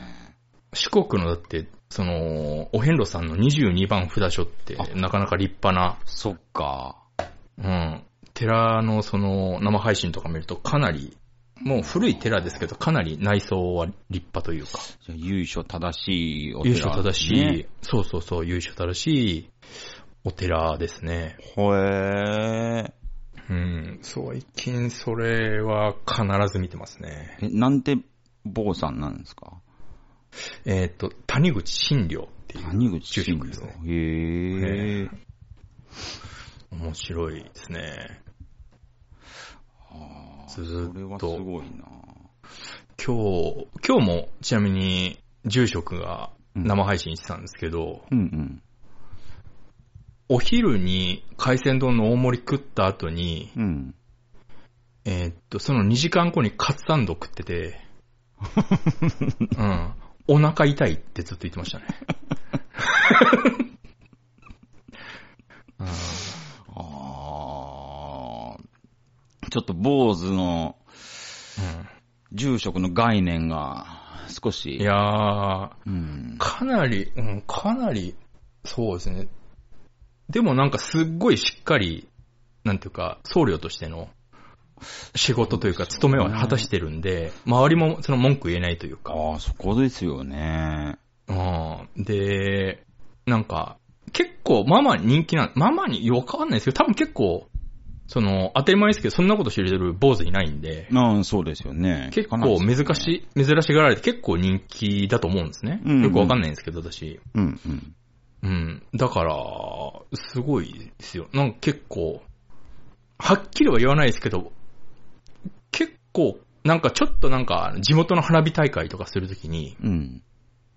[SPEAKER 1] 四国のだって、その、お遍路さんの22番札所って
[SPEAKER 2] あ、
[SPEAKER 1] なかなか立派な、
[SPEAKER 2] そっか。
[SPEAKER 1] うん。寺のその、生配信とか見るとかなり、もう古い寺ですけど、かなり内装は立派というか、
[SPEAKER 2] じゃあ由緒正しいお寺
[SPEAKER 1] 優
[SPEAKER 2] ですね、
[SPEAKER 1] 秀正しい、そうそうそう、優秀正しいお寺ですね。
[SPEAKER 2] ほえー。
[SPEAKER 1] うん。最近それは必ず見てますね。
[SPEAKER 2] え、なんて坊さんなんですか
[SPEAKER 1] えっ、と、谷口新良っていう。
[SPEAKER 2] 谷口
[SPEAKER 1] 住
[SPEAKER 2] 信
[SPEAKER 1] 職
[SPEAKER 2] 郎
[SPEAKER 1] ですね。
[SPEAKER 2] へえ。
[SPEAKER 1] 面白いですね。
[SPEAKER 2] あー
[SPEAKER 1] ずーっと
[SPEAKER 2] それはすごいな。
[SPEAKER 1] 今日、今日もちなみに住職が生配信してたんですけど、
[SPEAKER 2] うんうん。
[SPEAKER 1] お昼に海鮮丼の大盛り食った後に、
[SPEAKER 2] うん。
[SPEAKER 1] えーっと、その2時間後にカツサンド食って て、うん。お腹痛いってずっと言ってましたね。うん
[SPEAKER 2] ああ。ちょっと坊主の住職の概念が少し。
[SPEAKER 1] うん、いやー、
[SPEAKER 2] うん。
[SPEAKER 1] かなり、うん、かなり、そうですね。でもなんかすっごいしっかり、なんていうか、僧侶としての仕事というか、務めを果たしてるんで、周りもその文句言えないというか、
[SPEAKER 2] ああ、そこですよね。
[SPEAKER 1] うん、で、なんか、結構ママに人気なん、ママによくわかんないですけど、多分結構、その、当たり前ですけど、そんなこと知れてる坊主いないんで、
[SPEAKER 2] うん、そうですよね。
[SPEAKER 1] 結構
[SPEAKER 2] 聞かないですよね
[SPEAKER 1] 珍しい、珍しがられて結構人気だと思うんですね。
[SPEAKER 2] うん
[SPEAKER 1] よくわかんないんですけど、私。
[SPEAKER 2] うん、うん。
[SPEAKER 1] うん。だから、すごいですよ。なんか結構、はっきりは言わないですけど、結構、なんかちょっとなんか、地元の花火大会とかするときに、
[SPEAKER 2] うん。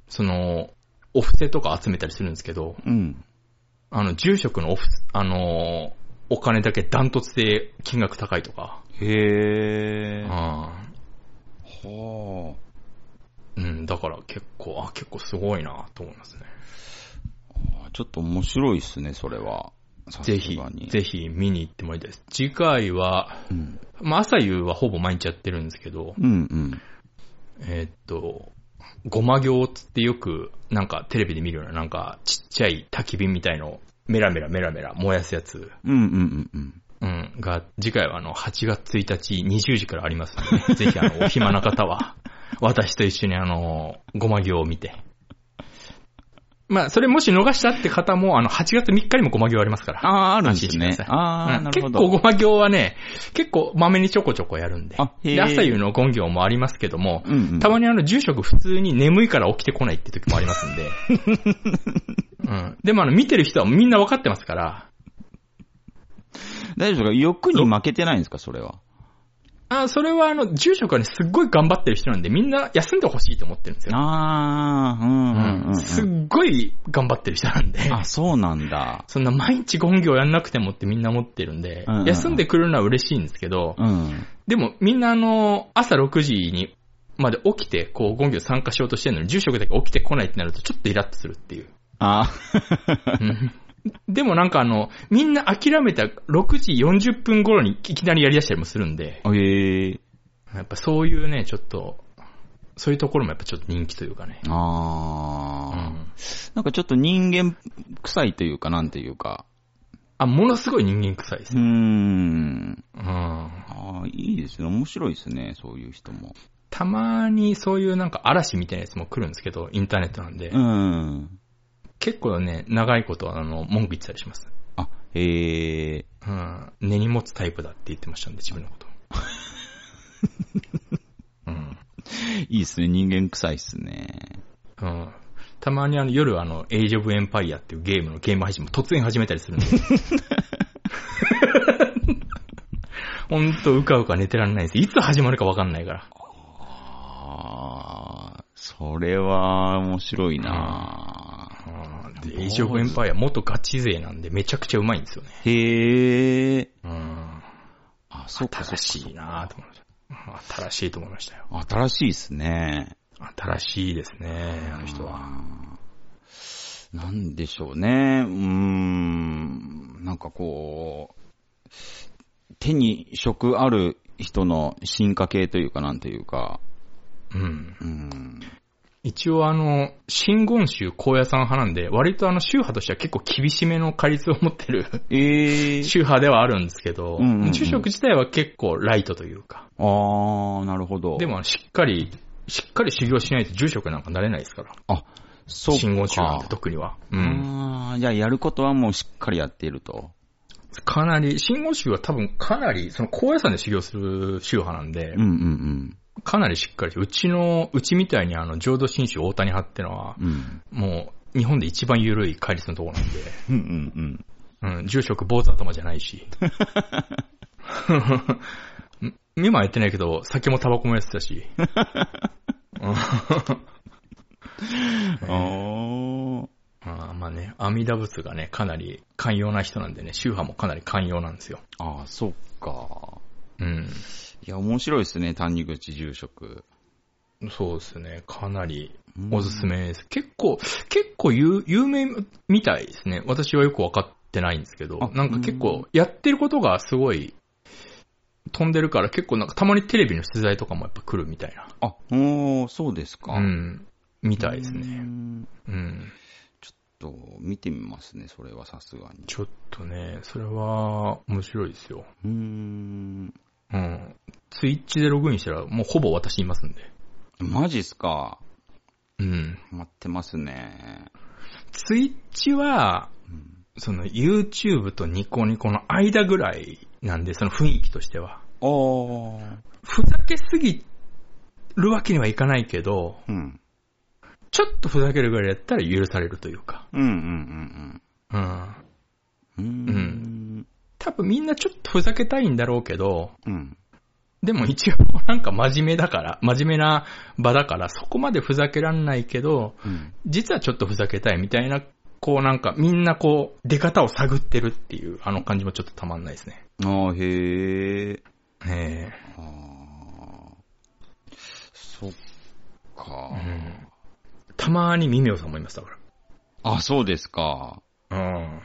[SPEAKER 1] その、お布施とか集めたりするんですけど、
[SPEAKER 2] うん。
[SPEAKER 1] あの、住職のお布施、あのー、お金だけダントツで金額高いとか、
[SPEAKER 2] へえ。
[SPEAKER 1] あ
[SPEAKER 2] はあ。
[SPEAKER 1] ーうん、だから結構、あ、結構すごいなと思いますね。
[SPEAKER 2] ちょっと面白いっすね、それは。
[SPEAKER 1] ぜひ
[SPEAKER 2] さすが、に
[SPEAKER 1] ぜひ見に行ってもらいたいです。次回は、
[SPEAKER 2] うん。
[SPEAKER 1] まあ、朝夕はほぼ毎日やってるんですけど、
[SPEAKER 2] うん、うん。
[SPEAKER 1] えーっと、ごま行つってよく、なんかテレビで見るような、なんかちっちゃい焚き火みたいの、メラメラメラメラ燃やすやつ、
[SPEAKER 2] うん、うん、うん、う
[SPEAKER 1] う
[SPEAKER 2] ん。
[SPEAKER 1] ん、が、次回はあの、8月1日20時からありますの で、ぜひあの、お暇な方は、私と一緒にあの、ごま行を見て。まあ、それもし逃したって方も、あの、8月3日にもごま行ありますから。
[SPEAKER 2] ああ、あるんです
[SPEAKER 1] 安心
[SPEAKER 2] ね
[SPEAKER 1] して。ください
[SPEAKER 2] ああ、
[SPEAKER 1] うん
[SPEAKER 2] なるほど。
[SPEAKER 1] 結構ごま行はね、結構まめにちょこちょこやるんで。
[SPEAKER 2] あへー
[SPEAKER 1] で朝夕のごん行もありますけども、
[SPEAKER 2] うん、うん。
[SPEAKER 1] たまにあの、住職普通に眠いから起きてこないって時もありますん で。うん。でもあの、見てる人はみんな分かってますから、
[SPEAKER 2] 大丈夫ですか欲に負けてないんですか、それは。
[SPEAKER 1] あそれはあの、住職はね、すっごい頑張ってる人なんで、みんな休んでほしいと思ってるんですよ。
[SPEAKER 2] ああ、うん、うん、うんう。
[SPEAKER 1] うんん。すっごい頑張ってる人なんで。
[SPEAKER 2] あ、そうなんだ。
[SPEAKER 1] そんな毎日ご本業やんなくてもってみんな思ってるんで、
[SPEAKER 2] うんうんうん
[SPEAKER 1] 休んでくるのは嬉しいんですけど、
[SPEAKER 2] うん。
[SPEAKER 1] でもみんなあの、朝6時にまで起きて、こう、ゴンギョ参加しようとしてるのに、住職だけ起きてこないってなると、ちょっとイラッとするっていう。
[SPEAKER 2] あ
[SPEAKER 1] うんでもなんかあの、みんな諦めた6時40分頃にいきなりやり出したりもするんで、
[SPEAKER 2] あ、ええ。
[SPEAKER 1] やっぱそういうね、ちょっと、そういうところもやっぱちょっと人気というかね。う
[SPEAKER 2] ああ。
[SPEAKER 1] ん
[SPEAKER 2] なんかちょっと人間臭いというか、なんていうか、
[SPEAKER 1] あ、ものすごい人間臭いです
[SPEAKER 2] うー。ん。
[SPEAKER 1] うん。
[SPEAKER 2] ああ、いいですね。面白いですね。そういう人も。
[SPEAKER 1] たまにそういうなんか嵐みたいなやつも来るんですけど、インターネットなんで
[SPEAKER 2] う。ん。
[SPEAKER 1] 結構ね、長いことあの、文句言ってたりします。
[SPEAKER 2] あ、へえ。
[SPEAKER 1] うん。根に持つタイプだって言ってましたんで、自分の こと。うん。
[SPEAKER 2] いいですね。人間臭いですね。
[SPEAKER 1] うん。たまにあの、夜あの、エイジオブエンパイアっていうゲームのゲーム配信も突然始めたりするんで。ほんと、うかうか寝てらんないです。いつ始まるかわかんないから。
[SPEAKER 2] ああ、それは面白いな、
[SPEAKER 1] うんでエイジオブエンパイア元ガチ勢なんでめちゃくちゃうまいんですよね。
[SPEAKER 2] へえ。
[SPEAKER 1] うん。
[SPEAKER 2] あ、そっかそっ
[SPEAKER 1] 新
[SPEAKER 2] か。
[SPEAKER 1] しいなぁと思いました。新しいと思いましたよ。
[SPEAKER 2] 新しいですね。
[SPEAKER 1] 新しいですね、あの人は。
[SPEAKER 2] うん。なんでしょうね。うーん。なんかこう、手に職ある人の進化系というかなんていうか。
[SPEAKER 1] うん。
[SPEAKER 2] うん。
[SPEAKER 1] 一応あの、新言宗高野山派なんで、割とあの宗派としては結構厳しめの戒律を持ってる
[SPEAKER 2] ええ
[SPEAKER 1] 宗派ではあるんですけど、
[SPEAKER 2] うんうんうん
[SPEAKER 1] 住職自体は結構ライトというか、
[SPEAKER 2] ああ、なるほど。
[SPEAKER 1] で、もしっかり、しっかり修行しないと住職なんかなれないですから、
[SPEAKER 2] そうか。
[SPEAKER 1] 新言宗なんて特には。うん。
[SPEAKER 2] ああ、じゃあやることはもうしっかりやっていると。
[SPEAKER 1] かなり、新言宗は多分かなり、その高野山で修行する宗派なんで、
[SPEAKER 2] うんうん
[SPEAKER 1] かなりしっかりして、うちの、うちみたいにあの、浄土真宗大谷派ってのは、
[SPEAKER 2] うん。うん。
[SPEAKER 1] もう、日本で一番緩い戒律のところなんで、
[SPEAKER 2] うんうんうん。
[SPEAKER 1] うん、住職坊主頭じゃない し。 ん目もやってないけど、酒もタバコもやってたし。
[SPEAKER 2] あ
[SPEAKER 1] あーまあね、阿弥陀仏がね、かなり寛容な人なんでね、宗派もかなり寛容なんですよ。
[SPEAKER 2] あ。ああ、そっか。
[SPEAKER 1] うん。
[SPEAKER 2] いや、面白いですね、谷口住職。
[SPEAKER 1] そうですね、かなり
[SPEAKER 2] うん
[SPEAKER 1] おすすめです。結構、結構有有名みたいですね。私はよくわかってないんですけど
[SPEAKER 2] あ、
[SPEAKER 1] なんか結構やってることがすごい飛んでるから、結構なんかたまにテレビの取材とかもやっぱ来るみたいな。
[SPEAKER 2] あ、おー、そうですか。
[SPEAKER 1] うん。みたいです
[SPEAKER 2] う
[SPEAKER 1] ね。
[SPEAKER 2] ん
[SPEAKER 1] うん。
[SPEAKER 2] と、見てみますね、それはさすがに。
[SPEAKER 1] ちょっとね、それは面白いですよ。
[SPEAKER 2] うーん。
[SPEAKER 1] うん。ツイッチでログインしたらもうほぼ私いますんで。
[SPEAKER 2] マジっすか。
[SPEAKER 1] うん。
[SPEAKER 2] 待ってますね。
[SPEAKER 1] ツイッチは、
[SPEAKER 2] うん
[SPEAKER 1] その YouTube とニコニコの間ぐらいなんで、その雰囲気としては。
[SPEAKER 2] あー。
[SPEAKER 1] ふざけすぎるわけにはいかないけど、
[SPEAKER 2] うん。
[SPEAKER 1] ちょっとふざけるぐらいだったら許されるというか。
[SPEAKER 2] うんう
[SPEAKER 1] う
[SPEAKER 2] ん
[SPEAKER 1] ん。
[SPEAKER 2] うんうん。うーん。
[SPEAKER 1] 多分みんなちょっとふざけたいんだろうけど、
[SPEAKER 2] うん。
[SPEAKER 1] でも一応なんか真面目だから、真面目な場だから、そこまでふざけらんないけど、
[SPEAKER 2] うん。
[SPEAKER 1] 実はちょっとふざけたいみたいな、こうなんかみんなこう出方を探ってるっていうあの感じもちょっとたまんないですね。
[SPEAKER 2] あー、へー。
[SPEAKER 1] え
[SPEAKER 2] あー。そっか
[SPEAKER 1] え。うん。たまにミミオさんもいます、だか
[SPEAKER 2] あ、そうですか。
[SPEAKER 1] ら。うん。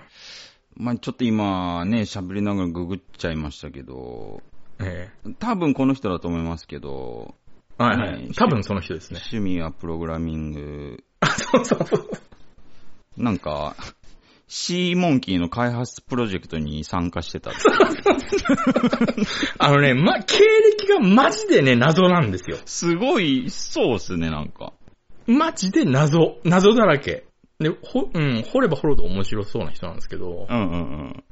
[SPEAKER 2] まあちょっと今ね、喋りながらググっちゃいましたけど、
[SPEAKER 1] え
[SPEAKER 2] 多分この人だと思いますけど、
[SPEAKER 1] えはいは
[SPEAKER 2] ね
[SPEAKER 1] い。多分その人ですね。
[SPEAKER 2] 趣味はプログラミング。
[SPEAKER 1] そうそうそう。
[SPEAKER 2] なんか、シーモンキーの開発プロジェクトに参加してたって。
[SPEAKER 1] あのね、ま、経歴がマジでね、謎なんですよ。
[SPEAKER 2] すごい、そうっすね、なんか。
[SPEAKER 1] マジで謎。謎だらけ。で、ほ、うん、掘れば掘るほど面白そうな人なんですけど、
[SPEAKER 2] うんうんうん。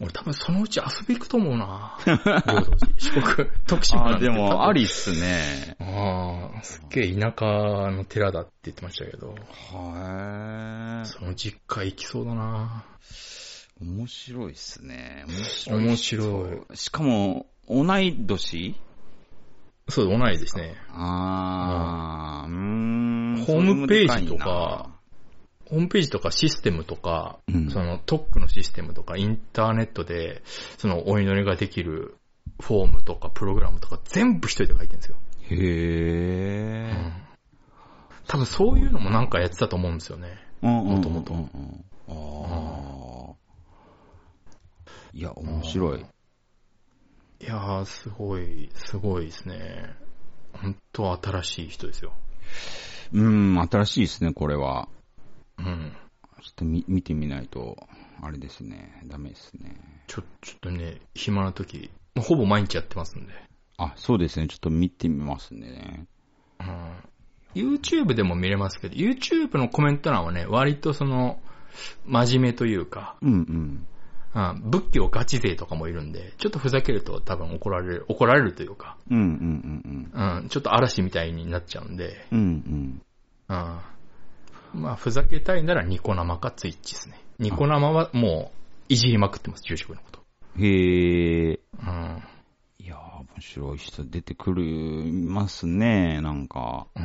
[SPEAKER 1] 俺多分そのうち遊び行くと思う な領土四国、徳島
[SPEAKER 2] あ
[SPEAKER 1] な
[SPEAKER 2] ー、
[SPEAKER 1] んて
[SPEAKER 2] でも、あ
[SPEAKER 1] り。
[SPEAKER 2] りっすね。
[SPEAKER 1] ああ、すっげえ田舎の寺だって言ってましたけど、
[SPEAKER 2] はーい。
[SPEAKER 1] その実家行きそうだな
[SPEAKER 2] 面白いっすね。面白い。
[SPEAKER 1] 面白い。
[SPEAKER 2] しかも、同い年
[SPEAKER 1] そう、同いですね。
[SPEAKER 2] あー、うーん。
[SPEAKER 1] ホームページ
[SPEAKER 2] それも
[SPEAKER 1] と
[SPEAKER 2] で
[SPEAKER 1] か
[SPEAKER 2] いな。
[SPEAKER 1] ホームページとかシステムとか、
[SPEAKER 2] うん
[SPEAKER 1] そのトックのシステムとかインターネットで、そのお祈りができるフォームとかプログラムとか全部一人で書いてるんですよ。
[SPEAKER 2] へー。
[SPEAKER 1] 多分そういうのもなんかやってたと思うんですよね。
[SPEAKER 2] も
[SPEAKER 1] ともと
[SPEAKER 2] ああ。いや、面白い。
[SPEAKER 1] いやー、すごい、すごいですね。本当新しい人ですよ。
[SPEAKER 2] うん、新しいですね、これは。
[SPEAKER 1] うん。
[SPEAKER 2] ちょっと見見てみないと、あれですね。ダメですね。
[SPEAKER 1] ちょ、ちょっとね、暇な時、まあほぼ毎日やってますんで。
[SPEAKER 2] あ、そうですね。ちょっと見てみますね。
[SPEAKER 1] うん。YouTube でも見れますけど、YouTube のコメント欄はね、割とその、真面目というか、
[SPEAKER 2] うんうん。
[SPEAKER 1] うん、仏教ガチ勢とかもいるんで、ちょっとふざけると多分怒られる、怒られるというか、
[SPEAKER 2] うんうんうん
[SPEAKER 1] うん、ちょっと嵐みたいになっちゃうんで、
[SPEAKER 2] うん。うん
[SPEAKER 1] うん。まあ、ふざけたいならニコ生かツイッチですね。ニコ生はもう、いじりまくってます、住職のこと。
[SPEAKER 2] うん。へえ。
[SPEAKER 1] うん。
[SPEAKER 2] いやー、面白い人出てくる、いますね。なんか。
[SPEAKER 1] うん。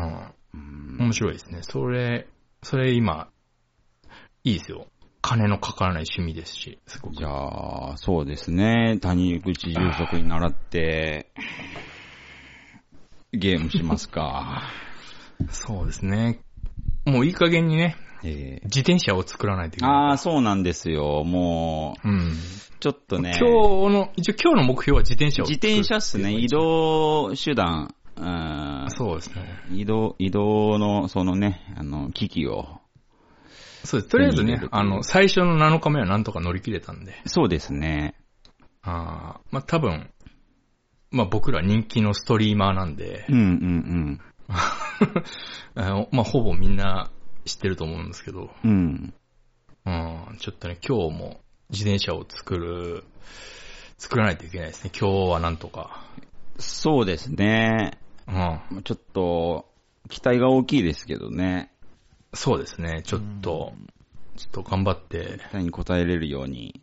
[SPEAKER 2] うん。
[SPEAKER 1] 面白いですね。それ、それ今、いいですよ。金のかからない趣味ですし、すごく。
[SPEAKER 2] じゃあ、そうですね。谷口住職に習って、ゲームしますか。
[SPEAKER 1] そうですね。もういい加減にね、
[SPEAKER 2] え
[SPEAKER 1] 自転車を作らないとい
[SPEAKER 2] ー
[SPEAKER 1] けない。
[SPEAKER 2] ああ、そうなんですよ。も
[SPEAKER 1] うん。
[SPEAKER 2] う、ちょっとね。
[SPEAKER 1] 今日の、一応今日の目標は自転車を
[SPEAKER 2] 自
[SPEAKER 1] 作る
[SPEAKER 2] 転車っすね。移動手段。うん。
[SPEAKER 1] そうですね。
[SPEAKER 2] 移動、移動の、そのね、あの、機器を。
[SPEAKER 1] そうです。とりあえず
[SPEAKER 2] 手に入れ
[SPEAKER 1] ね
[SPEAKER 2] る、と
[SPEAKER 1] あの、最初の7日目はなんとか乗り切れたんで。
[SPEAKER 2] そうですね。
[SPEAKER 1] ああ、まあ多分、まあ僕ら人気のストリーマーなんで
[SPEAKER 2] う、んうん
[SPEAKER 1] あのまあほぼみんな知ってると思うんですけど、
[SPEAKER 2] うん。うん。
[SPEAKER 1] うん、ちょっとね、今日も自転車を作る、作らないといけないですね。今日はなんとか。
[SPEAKER 2] そうですね。
[SPEAKER 1] うん、
[SPEAKER 2] ちょっと、期待が大きいですけどね。
[SPEAKER 1] そうですね。ちょっと、ちょっと頑張って、
[SPEAKER 2] 期待に応えれるように。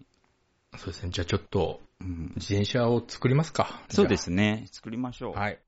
[SPEAKER 1] そうですね。じゃあちょっと、
[SPEAKER 2] うん
[SPEAKER 1] 自転車を作りますか。。
[SPEAKER 2] そうですすね。作りましょう。
[SPEAKER 1] はい。